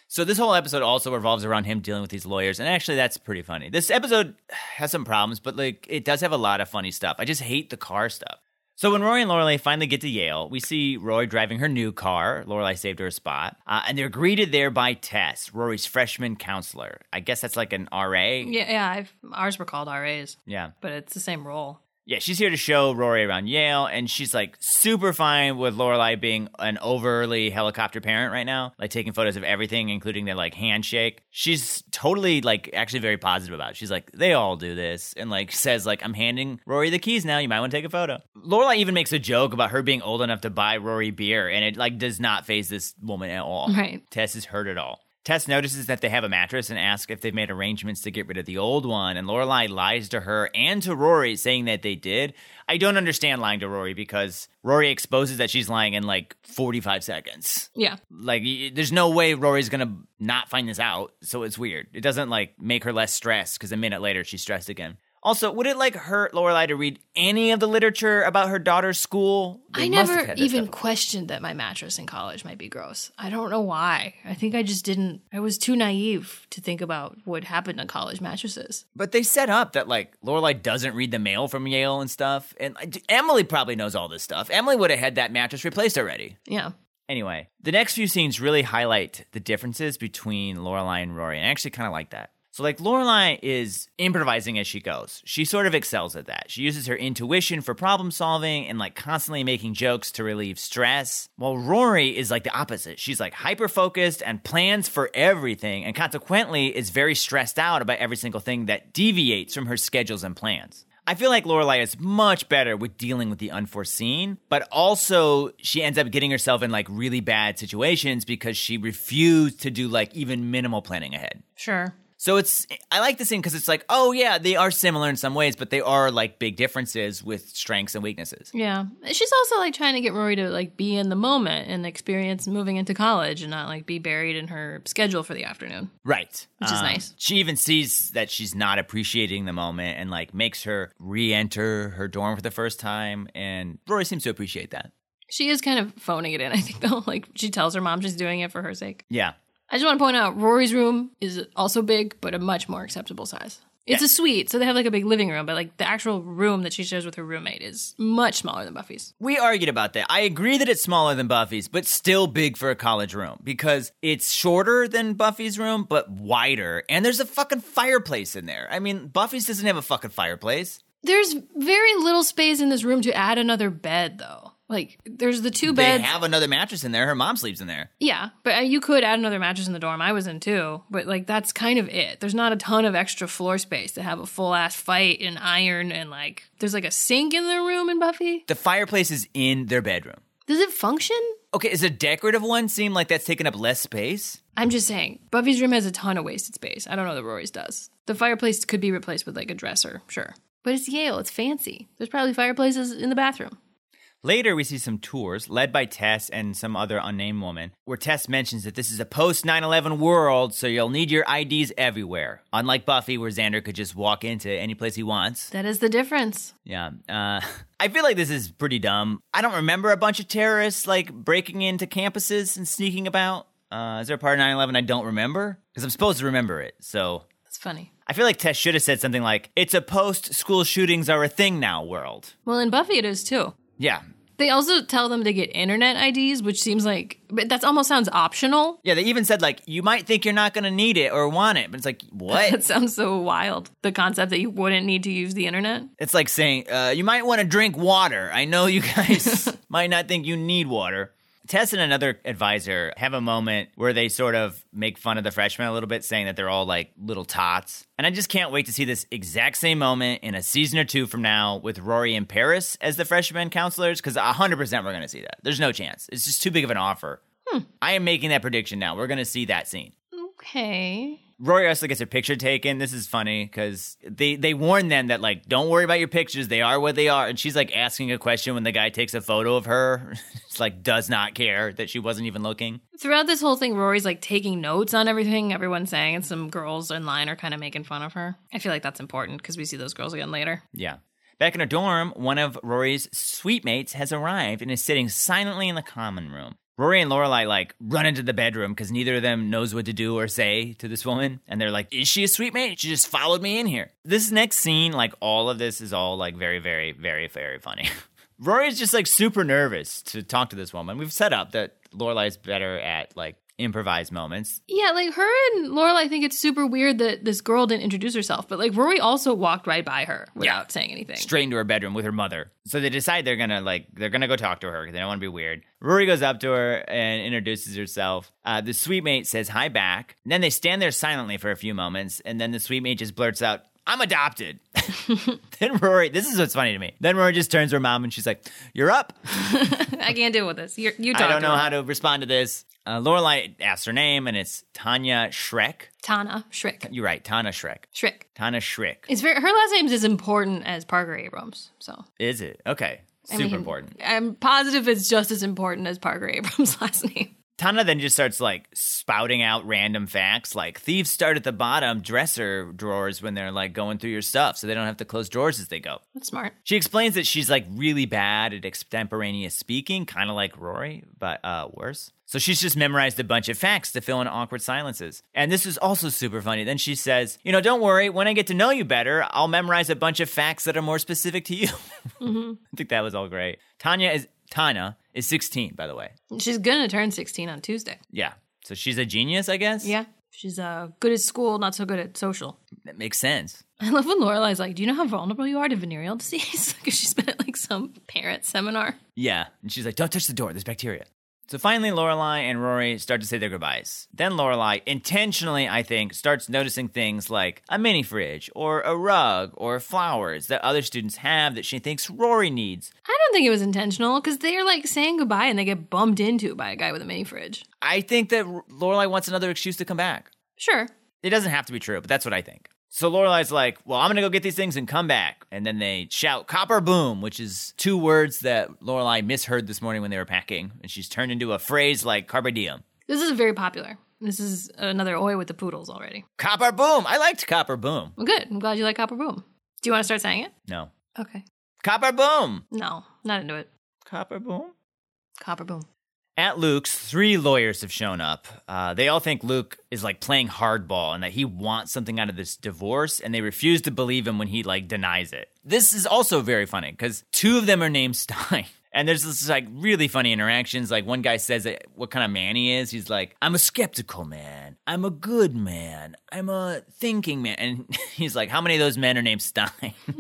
Speaker 1: So this whole episode also revolves around him dealing with these lawyers, and actually that's pretty funny. This episode has some problems, but like it does have a lot of funny stuff. I just hate the car stuff. So when Rory and Lorelai finally get to Yale, we see Rory driving her new car. Lorelai saved her a spot, uh, and they're greeted there by Tess, Rory's freshman counselor. I guess that's like an RA.
Speaker 2: yeah, yeah. I've, ours were called RAs,
Speaker 1: yeah.
Speaker 2: but it's the same role.
Speaker 1: Yeah, she's here to show Rory around Yale, and she's like super fine with Lorelai being an overly helicopter parent right now, like taking photos of everything, including their like handshake. She's totally like actually very positive about it. She's like, they all do this, and like says like, I'm handing Rory the keys now. You might want to take a photo. Lorelai even makes a joke about her being old enough to buy Rory beer, and it like does not phase this woman at all.
Speaker 2: Right.
Speaker 1: Tess is hurt at all. Tess notices that they have a mattress and asks if they've made arrangements to get rid of the old one, and Lorelai lies to her and to Rory, saying that they did. I don't understand lying to Rory because Rory exposes that she's lying in like 45 seconds.
Speaker 2: Yeah.
Speaker 1: Like, y- there's no way Rory's gonna not find this out, so it's weird. It doesn't like make her less stressed because a minute later she's stressed again. Also, would it like hurt Lorelai to read any of the literature about her daughter's school? They
Speaker 2: I
Speaker 1: must have
Speaker 2: never
Speaker 1: had that
Speaker 2: even
Speaker 1: stuff.
Speaker 2: questioned that my mattress in college might be gross. I don't know why. I think I just didn't. I was too naive to think about what happened to college mattresses.
Speaker 1: But they set up that like Lorelai doesn't read the mail from Yale and stuff, and I- Emily probably knows all this stuff. Emily would have had that mattress replaced already.
Speaker 2: Yeah.
Speaker 1: Anyway, the next few scenes really highlight the differences between Lorelai and Rory, and I actually kind of like that. So like Lorelai is improvising as she goes. She sort of excels at that. She uses her intuition for problem solving and like constantly making jokes to relieve stress. While Rory is like the opposite. She's like hyper focused and plans for everything and consequently is very stressed out about every single thing that deviates from her schedules and plans. I feel like Lorelai is much better with dealing with the unforeseen, but also she ends up getting herself in like really bad situations because she refused to do like even minimal planning ahead.
Speaker 2: Sure.
Speaker 1: So it's I like this scene because it's like, oh yeah, they are similar in some ways, but they are like big differences with strengths and weaknesses.
Speaker 2: Yeah. She's also like trying to get Rory to like be in the moment and experience moving into college and not like be buried in her schedule for the afternoon.
Speaker 1: Right. Um,
Speaker 2: Which is nice.
Speaker 1: She even sees that she's not appreciating the moment and like makes her re-enter her dorm for the first time. And Rory seems to appreciate that.
Speaker 2: She is kind of phoning it in, I think, though. Like she tells her mom she's doing it for her sake.
Speaker 1: Yeah.
Speaker 2: I just want to point out Rory's room is also big, but a much more acceptable size. It's a suite, so they have like a big living room, but like the actual room that she shares with her roommate is much smaller than Buffy's.
Speaker 1: We argued about that. I agree that it's smaller than Buffy's, but still big for a college room because it's shorter than Buffy's room, but wider. And there's a fucking fireplace in there. I mean, Buffy's doesn't have a fucking fireplace.
Speaker 2: There's very little space in this room to add another bed, though. Like there's the two beds.
Speaker 1: They have another mattress in there. Her mom sleeps in there.
Speaker 2: yeah, but uh, you could add another mattress in the dorm I was in too, but like that's kind of it. There's not a ton of extra floor space to have a full ass fight and iron and like there's like a sink in the room in Buffy.
Speaker 1: The fireplace is in their bedroom.
Speaker 2: Does it function?
Speaker 1: Okay, is a decorative one seem like that's taking up less space?
Speaker 2: I'm just saying, Buffy's room has a ton of wasted space. I don't know that Rory's does. The fireplace could be replaced with like a dresser, sure. But it's Yale, it's fancy. There's probably fireplaces in the bathroom.
Speaker 1: Later, we see some tours led by Tess and some other unnamed woman, where Tess mentions that this is a post 9 11 world, so you'll need your IDs everywhere. Unlike Buffy, where Xander could just walk into any place he wants.
Speaker 2: That is the difference.
Speaker 1: Yeah. Uh, I feel like this is pretty dumb. I don't remember a bunch of terrorists like breaking into campuses and sneaking about. Uh, is there a part of 9 11 I don't remember? Because I'm supposed to remember it, so.
Speaker 2: That's funny.
Speaker 1: I feel like Tess should have said something like, It's a post school shootings are a thing now world.
Speaker 2: Well, in Buffy, it is too.
Speaker 1: Yeah.
Speaker 2: They also tell them to get internet IDs, which seems like, but that almost sounds optional.
Speaker 1: Yeah, they even said like you might think you're not going to need it or want it, but it's like
Speaker 2: That
Speaker 1: what?
Speaker 2: sounds so wild. The concept that you wouldn't need to use the internet.
Speaker 1: it's like saying uh, you might want to drink water. I know you guys might not think you need water. Tess and another advisor have a moment where they sort of make fun of the freshmen a little bit, saying that they're all like little tots. And I just can't wait to see this exact same moment in a season or two from now with Rory and Paris as the freshman counselors, because 100% we're going to see that. There's no chance. It's just too big of an offer. I am making that prediction now. We're going to see that scene.
Speaker 2: Okay.
Speaker 1: Rory also gets a picture taken. This is funny because they they warn them that like don't worry about your pictures. They are what they are. And she's like asking a question when the guy takes a photo of her. it's like does not care that she wasn't even looking.
Speaker 2: Throughout this whole thing, Rory's like taking notes on everything everyone's saying, and some girls in line are kind of making fun of her. I feel like that's important because we see those girls again later.
Speaker 1: Yeah. Back in her dorm, one of Rory's sweet mates has arrived and is sitting silently in the common room. Rory and Lorelai like run into the bedroom because neither of them knows what to do or say to this woman, and they're like, "Is she a sweet mate? She just followed me in here." This next scene, like all of this, is all like very, very, very, very funny. Rory's just like super nervous to talk to this woman. We've set up that Lorelai's better at like improvised moments.
Speaker 2: Yeah, like her and Laurel, I think it's super weird that this girl didn't introduce herself, but like Rory also walked right by her without saying anything.
Speaker 1: straight into her bedroom with her mother. So they decide they're gonna like they're gonna go talk to her. 'cause They don't want to be weird. Rory goes up to her and introduces herself. Uh, the sweet mate says hi back. And then they stand there silently for a few moments, and then the sweet mate just blurts out, "I'm adopted." then Rory, this is what's funny to me. Then Rory just turns to her mom and she's like, "You're up."
Speaker 2: I can't deal with this. You're, you talk
Speaker 1: I don't
Speaker 2: to
Speaker 1: know
Speaker 2: her.
Speaker 1: how to respond to this. Uh, Lorelai asks her name, and it's Tanya Shrek.
Speaker 2: Tana Schrick.
Speaker 1: You're right, Tana Shrek.
Speaker 2: Schrick.
Speaker 1: Tana Shrek.
Speaker 2: It's very, her last name's as important as Parker Abrams. So
Speaker 1: Is it okay?
Speaker 2: I
Speaker 1: Super
Speaker 2: mean,
Speaker 1: important.
Speaker 2: I'm positive it's just as important as Parker Abrams' last name.
Speaker 1: Tana then just starts like spouting out random facts, like thieves start at the bottom dresser drawers when they're like going through your stuff, so they don't have to close drawers as they go.
Speaker 2: That's smart.
Speaker 1: She explains that she's like really bad at extemporaneous speaking, kind of like Rory, but uh, worse. So she's just memorized a bunch of facts to fill in awkward silences. And this is also super funny. Then she says, You know, don't worry, when I get to know you better, I'll memorize a bunch of facts that are more specific to you. I think that was all great. Tanya is, Tana is 16, by the way.
Speaker 2: She's gonna turn 16 on Tuesday.
Speaker 1: Yeah. So she's a genius, I guess?
Speaker 2: Yeah. She's uh, good at school, not so good at social.
Speaker 1: That makes sense.
Speaker 2: I love when Lorelai's like, "Do you know how vulnerable you are to venereal disease?" Because she's been at like some parent seminar.
Speaker 1: Yeah. And she's like, don't touch the door, there's bacteria. So finally, Lorelai and Rory start to say their goodbyes. Then Lorelai, intentionally, I think, starts noticing things like a mini fridge or a rug or flowers that other students have that she thinks Rory needs.
Speaker 2: I don't think it was intentional because they're like saying goodbye and they get bumped into by a guy with a mini fridge.
Speaker 1: I think that R- Lorelai wants another excuse to come back.
Speaker 2: Sure.
Speaker 1: It doesn't have to be true, but that's what I think. So Lorelai's like, "Well, I'm gonna go get these things and come back." And then they shout "copper boom," which is two words that Lorelai misheard this morning when they were packing, and she's turned into a phrase like "carpe diem."
Speaker 2: This is very popular. This is another oi with the poodles already.
Speaker 1: Copper boom. I liked copper boom.
Speaker 2: Well, good. I'm glad you like Copper Boom. Do you want to start saying it?
Speaker 1: No,
Speaker 2: Okay.
Speaker 1: copper boom.
Speaker 2: No, not into it.
Speaker 1: Copper boom.
Speaker 2: Copper Boom.
Speaker 1: At Luke's, three lawyers have shown up. Uh, they all think Luke is like playing hardball and that he wants something out of this divorce, and they refuse to believe him when he like denies it. This is also very funny because two of them are named Stein. And there's this like really funny interactions. Like one guy says that what kind of man he is. He's like, I'm a skeptical man. I'm a good man. I'm a thinking man. And he's like, How many of those men are named Stein? and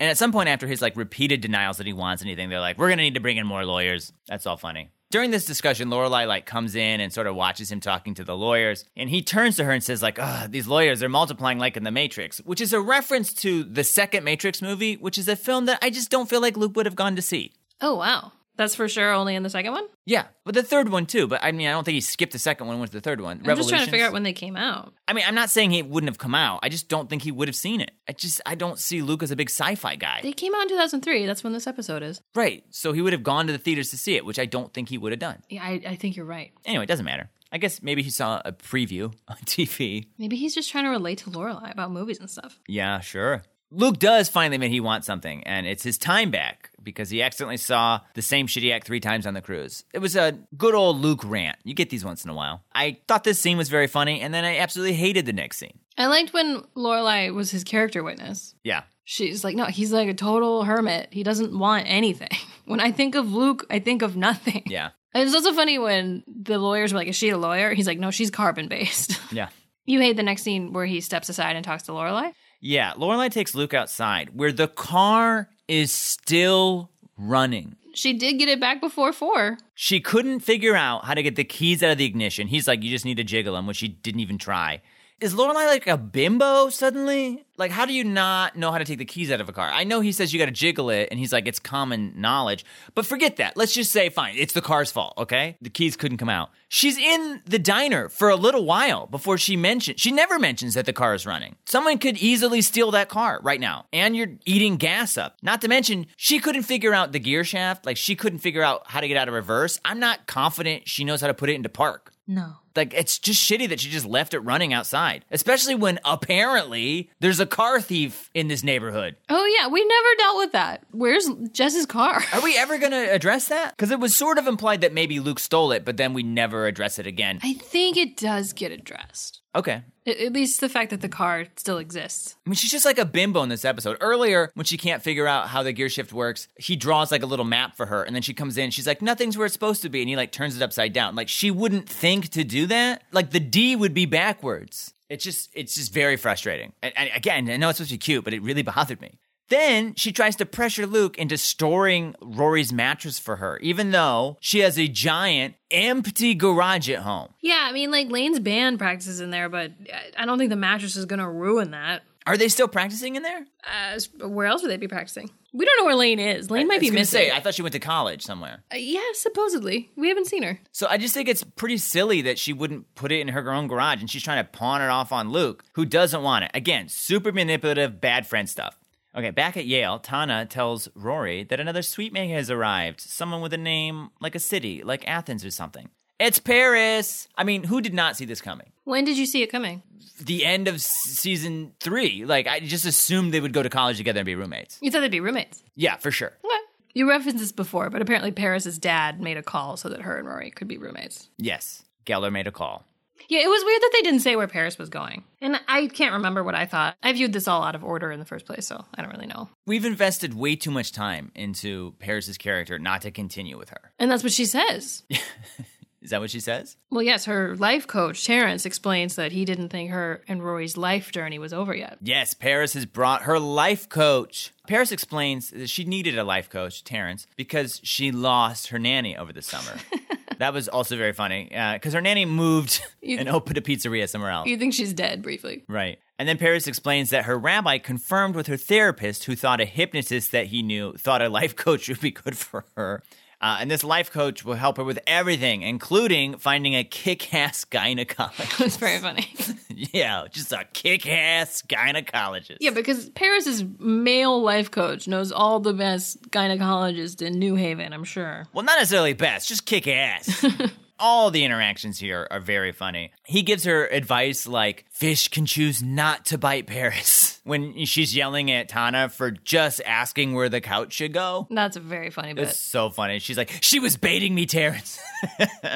Speaker 1: at some point after his like repeated denials that he wants anything, they're like, We're gonna need to bring in more lawyers. That's all funny. During this discussion, Lorelai like comes in and sort of watches him talking to the lawyers, and he turns to her and says like, "Ugh, these lawyers are multiplying like in the Matrix," which is a reference to the second Matrix movie, which is a film that I just don't feel like Luke would have gone to see.
Speaker 2: Oh wow, that's for sure. Only in the second one.
Speaker 1: Yeah, but the third one too. But I mean, I don't think he skipped the second one. Went to the third one.
Speaker 2: I'm just trying to figure
Speaker 1: Revolutions.
Speaker 2: out when they came out.
Speaker 1: I mean, I'm not saying he wouldn't have come out. I just don't think he would have seen it. I just I don't see Luke as a big sci-fi guy.
Speaker 2: They came out in 2003. That's when this episode is.
Speaker 1: right. So he would have gone to the theaters to see it, which I don't think he would have done.
Speaker 2: Yeah, I, I think you're right.
Speaker 1: Anyway, it doesn't matter. I guess maybe he saw a preview on TV.
Speaker 2: Maybe he's just trying to relate to Lorelai about movies and stuff.
Speaker 1: Yeah, sure. Luke does finally admit he wants something, and it's his time back because he accidentally saw the same shitty act three times on the cruise. It was a good old Luke rant. You get these once in a while. I thought this scene was very funny, and then I absolutely hated the next scene.
Speaker 2: I liked when Lorelai was his character witness.
Speaker 1: Yeah.
Speaker 2: She's like, no, he's like a total hermit. He doesn't want anything. When I think of Luke, I think of nothing.
Speaker 1: Yeah.
Speaker 2: And it's also funny when the lawyers were like, is she a lawyer? He's like, no, she's carbon based.
Speaker 1: Yeah.
Speaker 2: you hate the next scene where he steps aside and talks to Lorelai.
Speaker 1: Yeah. Lorelai takes Luke outside where the car is still running.
Speaker 2: she did get it back before four.
Speaker 1: She couldn't figure out how to get the keys out of the ignition. He's like, you just need to jiggle them, which she didn't even try. Is Lorelai like a bimbo suddenly? Like, how do you not know how to take the keys out of a car? I know he says you got to jiggle it, and he's like, it's common knowledge. But forget that. Let's just say, fine, it's the car's fault, okay? The keys couldn't come out. She's in the diner for a little while before she mentions, she never mentions that the car is running. Someone could easily steal that car right now, and you're eating gas up. Not to mention, she couldn't figure out the gear shaft. Like, she couldn't figure out how to get out of reverse. I'm not confident she knows how to put it into park.
Speaker 2: No.
Speaker 1: Like it's just shitty that she just left it running outside, especially when apparently there's a car thief in this neighborhood.
Speaker 2: Oh yeah, we never dealt with that. Where's Jess's car?
Speaker 1: Are we ever going to address that? Cuz it was sort of implied that maybe Luke stole it, but then we never address it again.
Speaker 2: I think it does get addressed.
Speaker 1: Okay.
Speaker 2: A- At least the fact that the car still exists.
Speaker 1: I mean, she's just like a bimbo in this episode. Earlier, when she can't figure out how the gear shift works, he draws like a little map for her, and then she comes in. She's like, "Nothing's where it's supposed to be," and he like turns it upside down. Like she wouldn't think to do that. Like the D would be backwards. It's just, it's just very frustrating. And, and again, I know it's supposed to be cute, but it really bothered me. Then she tries to pressure Luke into storing Rory's mattress for her, even though she has a giant empty garage at home.
Speaker 2: Yeah, I mean, like Lane's band practices in there, but I- I don't think the mattress is gonna ruin that.
Speaker 1: Are they still practicing in there?
Speaker 2: Uh, s- where else would they be practicing? We don't know where Lane is. Lane
Speaker 1: I
Speaker 2: might
Speaker 1: was
Speaker 2: be
Speaker 1: gonna
Speaker 2: missing.
Speaker 1: Say, I thought she went to college somewhere.
Speaker 2: Uh, yeah, supposedly we haven't seen her.
Speaker 1: So I just think it's pretty silly that she wouldn't put it in her own garage and she's trying to pawn it off on Luke, who doesn't want it. Again, super manipulative, bad friend stuff. Okay, back at Yale, Tana tells Rory that another sweet man has arrived, someone with a name like a city, like Athens or something. It's Paris. I mean, who did not see this coming?
Speaker 2: When did you see it coming?
Speaker 1: The end of s- season three. Like, I just assumed they would go to college together and be roommates.
Speaker 2: You thought they'd be roommates.
Speaker 1: Yeah, for sure.
Speaker 2: What? You referenced this before, but apparently Paris's dad made a call so that her and Rory could be roommates.
Speaker 1: Yes. Geller made a call.
Speaker 2: Yeah, it was weird that they didn't say where Paris was going. And I can't remember what I thought. I viewed this all out of order in the first place, so I don't really know.
Speaker 1: We've invested way too much time into Paris's character not to continue with her.
Speaker 2: And that's what she says.
Speaker 1: Is that what she says?
Speaker 2: Well, yes, her life coach, Terrence, explains that he didn't think her and Rory's life journey was over yet.
Speaker 1: Yes, Paris has brought her life coach. Paris explains that she needed a life coach, Terrence, because she lost her nanny over the summer. that was also very funny because her nanny moved
Speaker 2: You-
Speaker 1: and opened a pizzeria somewhere else.
Speaker 2: You think she's dead briefly.
Speaker 1: Right. And then Paris explains that her rabbi confirmed with her therapist, who thought a hypnotist that he knew thought a life coach would be good for her. Uh, and this life coach will help her with everything, including finding a kick ass gynecologist.
Speaker 2: It's very funny.
Speaker 1: yeah, just a kick ass gynecologist.
Speaker 2: yeah, because Paris's male life coach knows all the best gynecologists in New Haven, I'm sure.
Speaker 1: Well, not necessarily best, just kick ass. All the interactions here are very funny. He gives her advice like fish can choose not to bite Paris when she's yelling at Tana for just asking where the couch should go.
Speaker 2: That's a very funny bit.
Speaker 1: It's so funny. She's like, she was baiting me, Terrence.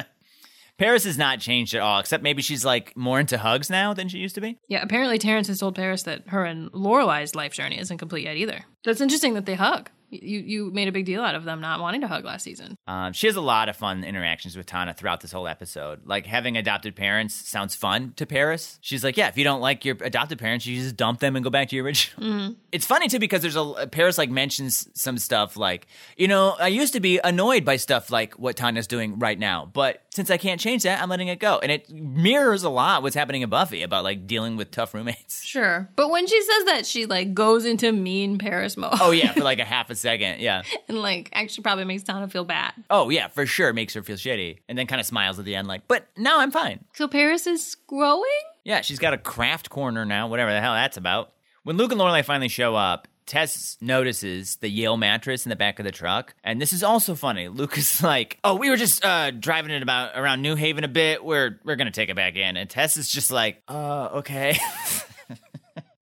Speaker 1: Paris has not changed at all, except maybe she's like more into hugs now than she used to be.
Speaker 2: Yeah, apparently Terrence has told Paris that her and Lorelai's life journey isn't complete yet either. That's interesting that they hug. You you made a big deal out of them not wanting to hug last season.
Speaker 1: Um, she has a lot of fun interactions with Tana throughout this whole episode. Like having adopted parents sounds fun to Paris. She's like, yeah, if you don't like your adopted parents, you just dump them and go back to your original. It's funny too because there's a Paris like mentions some stuff like, you know, I used to be annoyed by stuff like what Tanya's doing right now, but since I can't change that, I'm letting it go. And it mirrors a lot what's happening in Buffy about like dealing with tough roommates.
Speaker 2: Sure. But when she says that, she like goes into mean Paris mode.
Speaker 1: Oh yeah, for like a half a second, yeah.
Speaker 2: and like actually probably makes Donna feel bad.
Speaker 1: Oh yeah, for sure, makes her feel shitty, and then kind of smiles at the end, like, but now I'm fine.
Speaker 2: So Paris is growing?
Speaker 1: Yeah, she's got a craft corner now, whatever the hell that's about. When Luke and Lorelai finally show up, Tess notices the Yale mattress in the back of the truck, and this is also funny. Luke is like, "Oh, we were just uh, driving it about around New Haven a bit. We're we're gonna take it back in." And Tess is just like, "Uh, okay."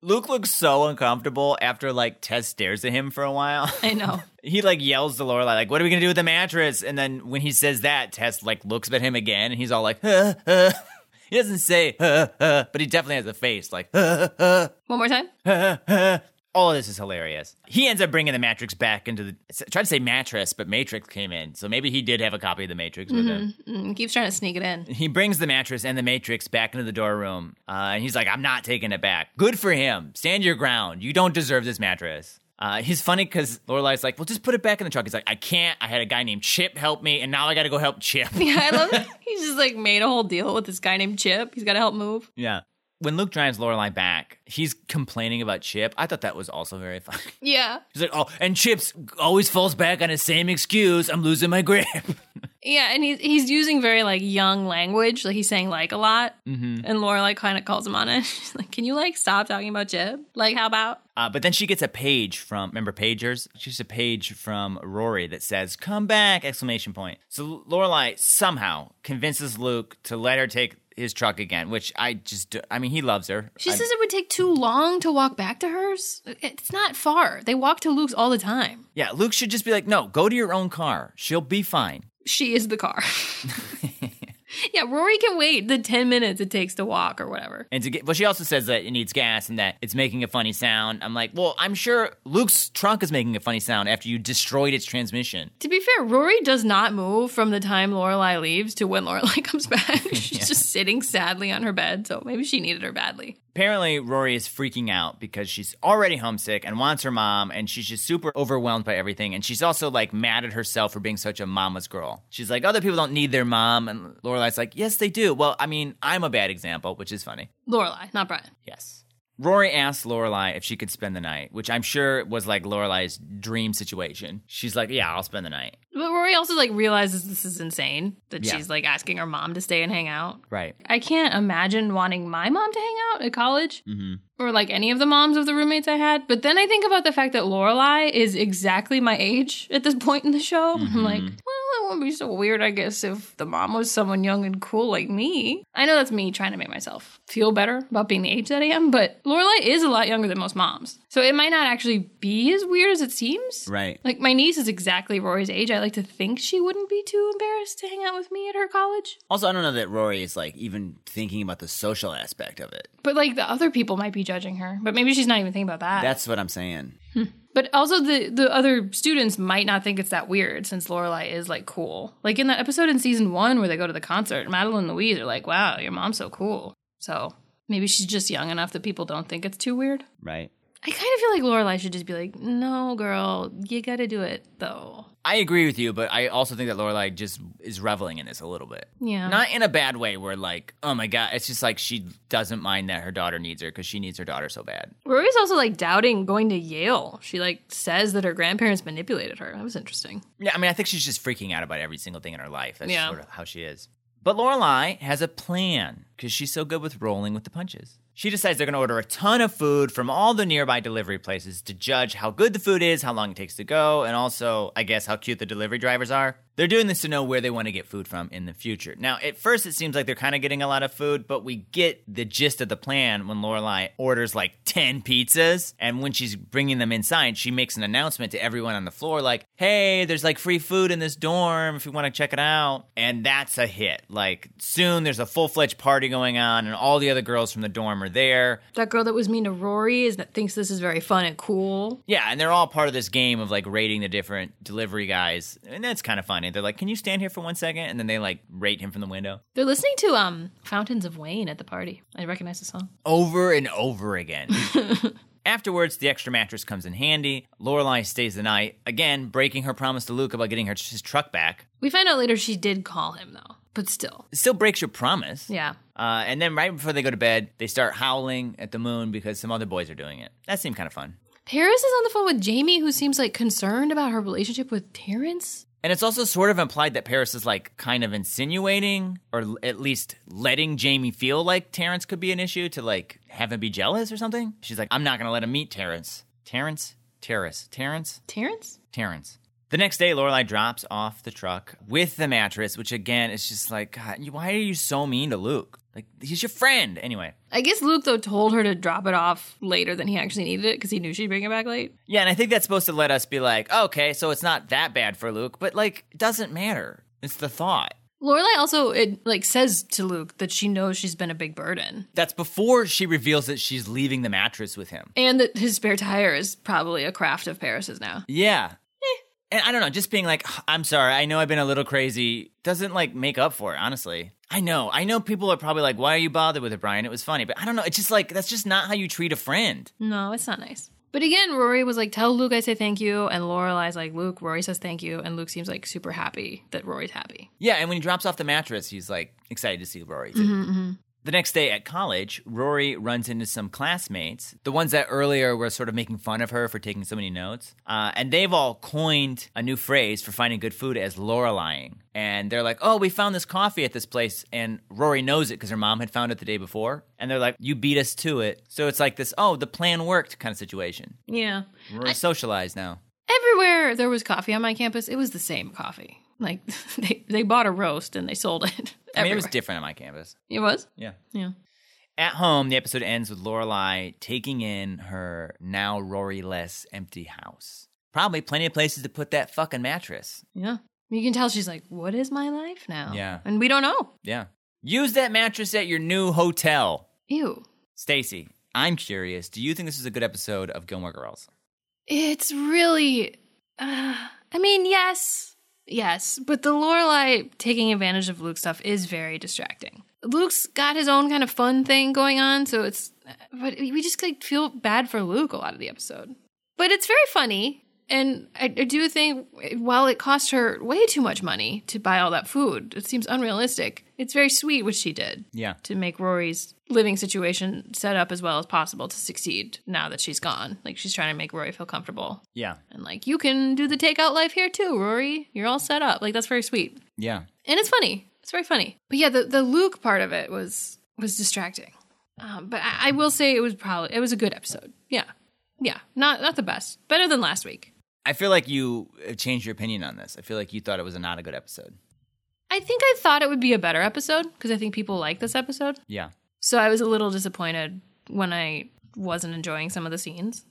Speaker 1: Luke looks so uncomfortable after like Tess stares at him for a while.
Speaker 2: I know.
Speaker 1: he like yells to Lorelai, like, "What are we gonna do with the mattress?" And then when he says that, Tess like looks at him again, and he's all like, huh, huh. "He doesn't say, huh, huh, but he definitely has a face like." Huh.
Speaker 2: One more time?
Speaker 1: All of this is hilarious. He ends up bringing the Matrix back into the. I tried to say mattress, but Matrix came in, so maybe he did have a copy of the Matrix with him.
Speaker 2: Mm, keeps trying to sneak it in.
Speaker 1: He brings the mattress and the Matrix back into the dorm room, uh, and he's like, "I'm not taking it back." Good for him. Stand your ground. You don't deserve this mattress. Uh, he's funny because Lorelai's like, "Well, just put it back in the truck." He's like, "I can't. I had a guy named Chip help me, and now I got to go help Chip."
Speaker 2: Yeah, I love that. He's just like made a whole deal with this guy named Chip. He's got to help move.
Speaker 1: yeah. When Luke drives Lorelai back, he's complaining about Chip. I thought that was also very funny.
Speaker 2: Yeah.
Speaker 1: He's like, "Oh," and Chip's always falls back on his same excuse: "I'm losing my grip."
Speaker 2: Yeah. And he's, he's using very like young language. Like he's saying like a lot. Mm-hmm. And Laura like kind of calls him on it. She's like, can you like stop talking about Chip? Like, how about?
Speaker 1: Uh, but then she gets a page from remember pagers. She gets a page from Rory that says "Come back!" exclamation point. So Lorelai somehow convinces Luke to let her take his truck again, which I just I mean he loves her.
Speaker 2: She
Speaker 1: I-
Speaker 2: says it would take too long to walk back to hers. It's not far. They walk to Luke's all the time.
Speaker 1: yeah, Luke should just be like, "No, go to your own car. She'll be fine."
Speaker 2: She is the car. yeah, Rory can wait the 10 minutes it takes to walk or whatever.
Speaker 1: And to get, well, she also says that it needs gas and that it's making a funny sound. I'm like, well, I'm sure Luke's trunk is making a funny sound after you destroyed its transmission.
Speaker 2: To be fair, Rory does not move from the time Lorelai leaves to when Lorelai comes back. She's just sitting sadly on her bed, so maybe she needed her badly.
Speaker 1: Apparently, Rory is freaking out because she's already homesick and wants her mom, and she's just super overwhelmed by everything. And she's also like mad at herself for being such a mama's girl. She's like, other people don't need their mom, and Lorelai's like, yes, they do. Well, I mean, I'm a bad example, which is funny.
Speaker 2: Lorelai, not Brian.
Speaker 1: Yes. Rory asks Lorelai if she could spend the night, which I'm sure was like Lorelai's dream situation. She's like, yeah, I'll spend the night.
Speaker 2: But Rory also like realizes this is insane that
Speaker 1: Yeah.
Speaker 2: she's like asking her mom to stay and hang out.
Speaker 1: Right.
Speaker 2: I can't imagine wanting my mom to hang out at college or like any of the moms of the roommates I had. But then I think about the fact that Lorelai is exactly my age at this point in the show. I'm like, well, it wouldn't be so weird, I guess, if the mom was someone young and cool like me. I know that's me trying to make myself feel better about being the age that I am, but Lorelai is a lot younger than most moms. So it might not actually be as weird as it seems.
Speaker 1: Right.
Speaker 2: Like my niece is exactly Rory's age. I like to think she wouldn't be too embarrassed to hang out with me at her college.
Speaker 1: Also, I don't know that Rory is like even thinking about the social aspect of it.
Speaker 2: But like the other people might be judging her, but maybe she's not even thinking about that.
Speaker 1: That's what I'm saying.
Speaker 2: but also the the other students might not think it's that weird since Lorelai is like cool. Like in that episode in season one where they go to the concert, Madeline and Louise are like, "Wow, your mom's so cool." So maybe she's just young enough that people don't think it's too weird.
Speaker 1: Right.
Speaker 2: I kind of feel like Lorelai should just be like, "No, girl, you got to do it though."
Speaker 1: I agree with you, but I also think that Lorelai just is reveling in this a little bit.
Speaker 2: Yeah.
Speaker 1: Not in a bad way, where like, oh my god, it's just like she doesn't mind that her daughter needs her because she needs her daughter so bad.
Speaker 2: Rory's also like doubting going to Yale. She like says that her grandparents manipulated her. That was interesting.
Speaker 1: Yeah, I mean, I think she's just freaking out about every single thing in her life. That's
Speaker 2: Yeah.
Speaker 1: sort of how she is. But Lorelai has a plan because she's so good with rolling with the punches. She decides they're going to order a ton of food from all the nearby delivery places to judge how good the food is, how long it takes to go, and also, I guess, how cute the delivery drivers are. They're doing this to know where they want to get food from in the future. Now, at first, it seems like they're kind of getting a lot of food, but we get the gist of the plan when Lorelai orders like 10 pizzas. And when she's bringing them inside, she makes an announcement to everyone on the floor like, hey, there's like free food in this dorm if you want to check it out. And that's a hit. Like, soon there's a full fledged party going on, and all the other girls from the dorm are there.
Speaker 2: That girl that was mean to Rory is that thinks this is very fun and cool.
Speaker 1: Yeah, and they're all part of this game of like rating the different delivery guys. And that's kind of funny. They're like, can you stand here for one second? And then they like rate him from the window.
Speaker 2: They're listening to um Fountains of Wayne at the party. I recognize the song.
Speaker 1: over and over again. Afterwards, the extra mattress comes in handy. Lorelai stays the night, again breaking her promise to Luke about getting her his truck back.
Speaker 2: We find out later she did call him though, but still,
Speaker 1: Still breaks your promise.
Speaker 2: yeah.
Speaker 1: Uh, and then right before they go to bed, they start howling at the moon because some other boys are doing it. That seemed kind of fun.
Speaker 2: Paris is on the phone with Jamie, who seems like concerned about her relationship with Terrence.
Speaker 1: And it's also sort of implied that Paris is like kind of insinuating, or l- at least letting Jamie feel like Terrence could be an issue to like have him be jealous or something. She's like, I'm not going to let him meet Terrence. Terrence? Terrace. Terrence?
Speaker 2: Terrence?
Speaker 1: Terrence. The next day, Lorelai drops off the truck with the mattress, which again is just like, God, you- why are you so mean to Luke? Like he's your friend. Anyway,
Speaker 2: I guess Luke though told her to drop it off later than he actually needed it because he knew she'd bring it back late.
Speaker 1: yeah, and I think that's supposed to let us be like, okay, so it's not that bad for Luke, but like it doesn't matter. It's the thought.
Speaker 2: Lorelai also it like says to Luke that she knows she's been a big burden
Speaker 1: That's before she reveals that she's leaving the mattress with him.
Speaker 2: and that his spare tire is probably a craft of Paris's now.
Speaker 1: Yeah. And I don't know, just being like, I'm sorry, I know I've been a little crazy doesn't like make up for it, honestly. I know. I know people are probably like, why are you bothered with it, Brian? It was funny. But I don't know. It's just like, that's just not how you treat a friend.
Speaker 2: No, it's not nice. But again, Rory was like, "Tell Luke I say thank you," and Lorelai's like, "Luke, Rory says thank you," and Luke seems like super happy that Rory's happy.
Speaker 1: Yeah, and when he drops off the mattress, he's like excited to see Rory. too. The next day at college, Rory runs into some classmates, the ones that earlier were sort of making fun of her for taking so many notes. Uh, and they've all coined a new phrase for finding good food as Lorelying. And they're like, oh, we found this coffee at this place. And Rory knows it because her mom had found it the day before. And they're like, you beat us to it. So it's like this, oh, the plan worked kind of situation.
Speaker 2: Yeah.
Speaker 1: We're socialized now.
Speaker 2: Everywhere there was coffee on my campus, it was the same coffee. Like they, they bought a roast and they sold it.
Speaker 1: I mean, it was
Speaker 2: everywhere.
Speaker 1: different on my campus.
Speaker 2: It was?
Speaker 1: Yeah.
Speaker 2: Yeah.
Speaker 1: At home, the episode ends with Lorelai taking in her now Rory-less empty house. Probably plenty of places to put that fucking mattress.
Speaker 2: Yeah. You can tell she's like, what is my life now?
Speaker 1: Yeah.
Speaker 2: And we don't know.
Speaker 1: Yeah. Use that mattress at your new hotel.
Speaker 2: Ew.
Speaker 1: Stacy, I'm curious. Do you think this is a good episode of Gilmore Girls?
Speaker 2: It's really. Uh, I mean, yes. Yes. But the Lorelai taking advantage of Luke stuff is very distracting. Luke's got his own kind of fun thing going on, so it's. But we just like feel bad for Luke a lot of the episode. But it's very funny. And I, I do think while it cost her way too much money to buy all that food, it seems unrealistic. It's very sweet what she did.
Speaker 1: Yeah.
Speaker 2: to make Rory's living situation set up as well as possible to succeed now that she's gone. Like she's trying to make Rory feel comfortable.
Speaker 1: Yeah.
Speaker 2: And like you can do the takeout life here too, Rory. You're all set up. Like that's very sweet.
Speaker 1: Yeah.
Speaker 2: And it's funny. It's very funny. But yeah, the, the Luke part of it was was distracting. Um, but I, I will say it was probably it was a good episode. Yeah. Yeah. Not not the best. Better than last week.
Speaker 1: I feel like you have changed your opinion on this. I feel like you thought it was a not a good episode.
Speaker 2: I think I thought it would be a better episode because I think people like this episode.
Speaker 1: Yeah.
Speaker 2: So I was a little disappointed when I wasn't enjoying some of the scenes.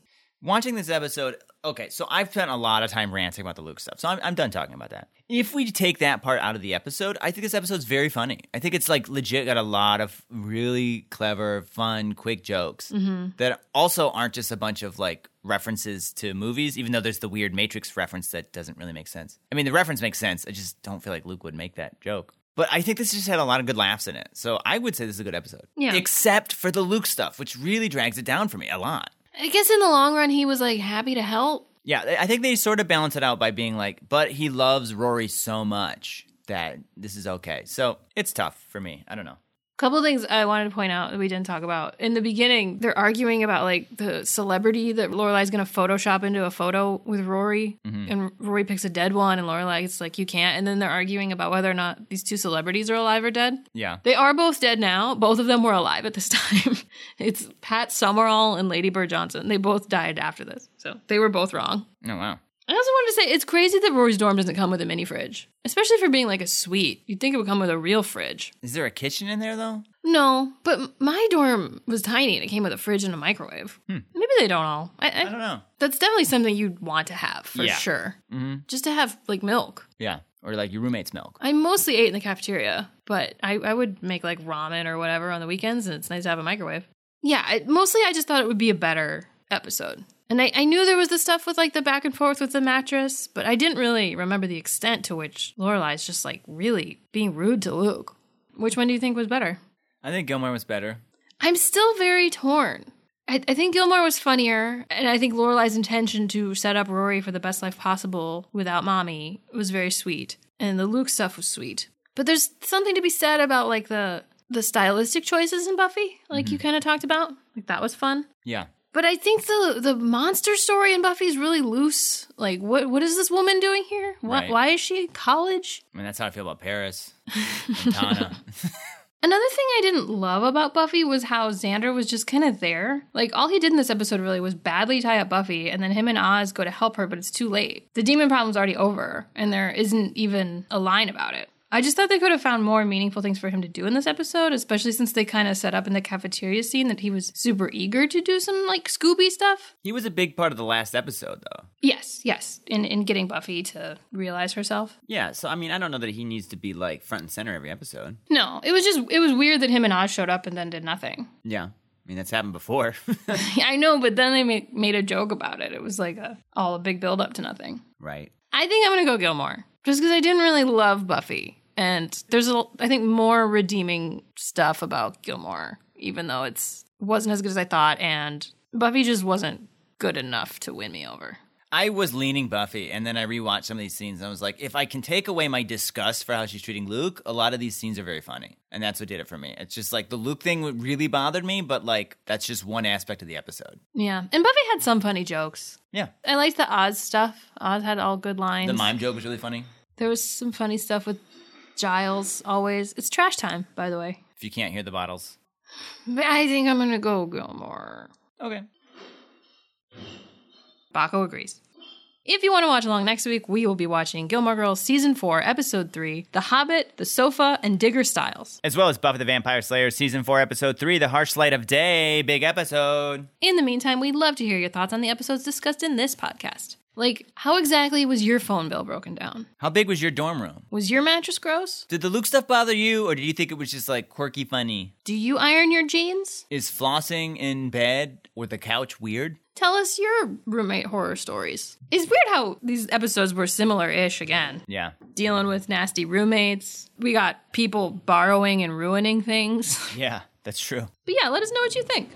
Speaker 1: watching this episode okay so i've spent a lot of time ranting about the luke stuff so I'm, I'm done talking about that if we take that part out of the episode i think this episode's very funny i think it's like legit got a lot of really clever fun quick jokes that also aren't just a bunch of like references to movies even though there's the weird matrix reference that doesn't really make sense i mean the reference makes sense i just don't feel like luke would make that joke but I think this just had a lot of good laughs in it. So I would say this is a good episode.
Speaker 2: Yeah.
Speaker 1: Except for the Luke stuff, which really drags it down for me a lot.
Speaker 2: I guess in the long run, he was like happy to help.
Speaker 1: Yeah, I- I think they sort of balance it out by being like, but he loves Rory so much that this is okay. So it's tough for me. I don't know.
Speaker 2: Couple of things I wanted to point out that we didn't talk about in the beginning. They're arguing about like the celebrity that Lorelai's going to Photoshop into a photo with Rory, and Rory picks a dead one, and Lorelai's like, "You can't." And then they're arguing about whether or not these two celebrities are alive or dead.
Speaker 1: Yeah.
Speaker 2: They are both dead now. Both of them were alive at this time. it's Pat Summerall and Lady Bird Johnson. They both died after this, so they were both wrong.
Speaker 1: Oh, wow.
Speaker 2: I also wanted to say it's crazy that Rory's dorm doesn't come with a mini fridge, especially for being like a suite. You'd think it would come with a real fridge.
Speaker 1: Is there a kitchen in there, though?
Speaker 2: No, but m- my dorm was tiny and it came with a fridge and a microwave. Maybe they don't all. I, I,
Speaker 1: Hmm. I don't know.
Speaker 2: That's definitely something you'd want to have for
Speaker 1: Yeah.
Speaker 2: sure. Mm-hmm. Just to have like milk.
Speaker 1: Yeah. Or like your roommate's milk.
Speaker 2: I mostly ate in the cafeteria, but I, I would make like ramen or whatever on the weekends, and it's nice to have a microwave. Yeah, I, mostly I just thought it would be a better episode. And I, I knew there was the stuff with like the back and forth with the mattress, but I didn't really remember the extent to which Lorelai's just like really being rude to Luke. Which one do you think was better?
Speaker 1: I think Gilmore was better.
Speaker 2: I'm still very torn. I, I think Gilmore was funnier, and I think Lorelai's intention to set up Rory for the best life possible without mommy was very sweet, and the Luke stuff was sweet. But there's something to be said about like the the stylistic choices in Buffy, like you kind of talked about. Like that was fun.
Speaker 1: Yeah.
Speaker 2: But I think the the monster story in Buffy is really loose. Like what what is this woman doing here? Why
Speaker 1: Right.
Speaker 2: why is she in college?
Speaker 1: I mean, that's how I feel about Paris and Tana.
Speaker 2: Another thing I didn't love about Buffy was how Xander was just kind of there. Like, all he did in this episode really was badly tie up Buffy, and then him and Oz go to help her, but it's too late. The demon problem's already over, and there isn't even a line about it. I just thought they could have found more meaningful things for him to do in this episode, especially since they kind of set up in the cafeteria scene that he was super eager to do some, like, Scooby stuff.
Speaker 1: he was a big part of the last episode, though.
Speaker 2: Yes, yes, in, in getting Buffy to realize herself.
Speaker 1: Yeah. So, I mean, I don't know that he needs to be like front and center every episode.
Speaker 2: No, it was just, it was weird that him and Oz showed up and then did nothing.
Speaker 1: Yeah. I mean, that's happened before.
Speaker 2: Yeah, I know, but then they ma- made a joke about it. It was like a, all a big build up to nothing.
Speaker 1: right.
Speaker 2: I think I'm gonna go Gilmore just because I didn't really love Buffy, and there's a l- I think more redeeming stuff about Gilmore, even though it's wasn't as good as I thought, and Buffy just wasn't good enough to win me over.
Speaker 1: I was leaning Buffy, and then I rewatched some of these scenes, and I was like, if I can take away my disgust for how she's treating Luke, a lot of these scenes are very funny, and that's what did it for me. It's just like the Luke thing really bothered me, but like that's just one aspect of the episode.
Speaker 2: Yeah. And Buffy had some funny jokes.
Speaker 1: Yeah,
Speaker 2: I liked the Oz stuff. Oz had all good lines.
Speaker 1: the mime joke was really funny.
Speaker 2: There was some funny stuff with Giles always. It's trash time, by the way.
Speaker 1: If you can't hear the bottles,
Speaker 2: But I think I'm gonna go Gilmore.
Speaker 1: okay.
Speaker 2: Baco agrees. If you want to watch along next week, we will be watching Gilmore Girls Season 4, Episode 3, The Hobbit, The Sofa, and Digger Styles.
Speaker 1: As well as Buffy the Vampire Slayer season four, episode three, the harsh light of day, big episode.
Speaker 2: In the meantime, we'd love to hear your thoughts on the episodes discussed in this podcast. Like, how exactly was your phone bill broken down?
Speaker 1: How big was your dorm room?
Speaker 2: Was your mattress gross?
Speaker 1: Did the Luke stuff bother you, or did you think it was just like quirky funny?
Speaker 2: Do you iron your jeans?
Speaker 1: Is flossing in bed or the couch weird?
Speaker 2: Tell us your roommate horror stories. It's weird how these episodes were similar ish again.
Speaker 1: Yeah.
Speaker 2: Dealing with nasty roommates. We got people borrowing and ruining things.
Speaker 1: Yeah, that's true.
Speaker 2: But yeah, let us know what you think.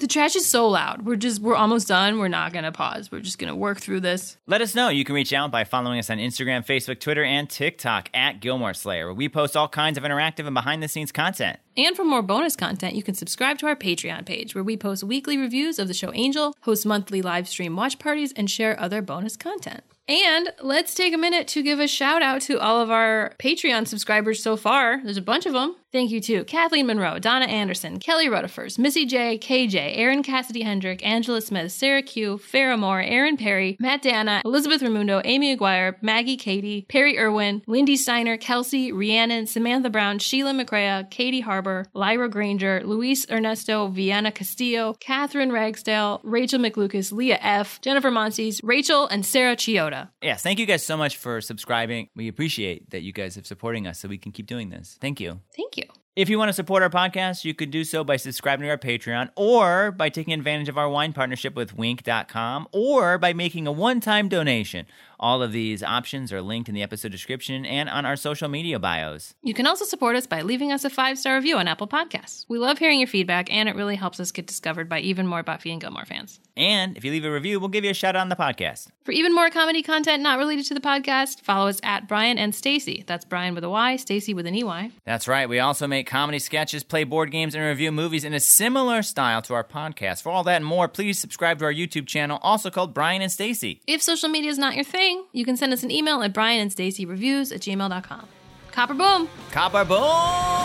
Speaker 2: The trash is so loud. We're just we're almost done. We're not gonna pause. We're just gonna work through this.
Speaker 1: Let us know. You can reach out by following us on Instagram, Facebook, Twitter, and TikTok at Gilmore Slayer, where we post all kinds of interactive and behind the scenes content.
Speaker 2: And for more bonus content, you can subscribe to our Patreon page, where we post weekly reviews of the show Angel, host monthly live stream watch parties, and share other bonus content. And let's take a minute to give a shout out to all of our Patreon subscribers so far. There's a bunch of them. Thank you to Kathleen Monroe, Donna Anderson, Kelly Rutherford, Missy J, KJ, Aaron Cassidy Hendrick, Angela Smith, Sarah Q, Farrah Moore, Aaron Perry, Matt Dana, Elizabeth Ramundo, Amy Aguirre, Maggie Katie, Perry Irwin, Lindy Steiner, Kelsey, Rhiannon, Samantha Brown, Sheila McCrea, Katie Harbour, Lyra Granger, Luis Ernesto Viana Castillo, Catherine Ragsdale, Rachel McLucas, Leah F., Jennifer Montes, Rachel, and Sarah Chiota.
Speaker 1: Yes, thank you guys so much for subscribing. We appreciate that you guys have supporting us so we can keep doing this. Thank you.
Speaker 2: Thank you.
Speaker 1: If you want to support our podcast, you could do so by subscribing to our Patreon or by taking advantage of our wine partnership with wink.com or by making a one time donation. All of these options are linked in the episode description and on our social media bios.
Speaker 2: You can also support us by leaving us a five star review on Apple Podcasts. We love hearing your feedback, and it really helps us get discovered by even more Buffy and Gilmore fans.
Speaker 1: And if you leave a review, we'll give you a shout out on the podcast.
Speaker 2: For even more comedy content not related to the podcast, follow us at Brian and Stacy. That's Brian with a Y, Stacy with an EY.
Speaker 1: That's right. We also make comedy sketches, play board games, and review movies in a similar style to our podcast. For all that and more, please subscribe to our YouTube channel, also called Brian and Stacy.
Speaker 2: If social media is not your thing, you can send us an email at Brian and Stacy Reviews at gmail.com. Copper boom!
Speaker 1: Copper Boom!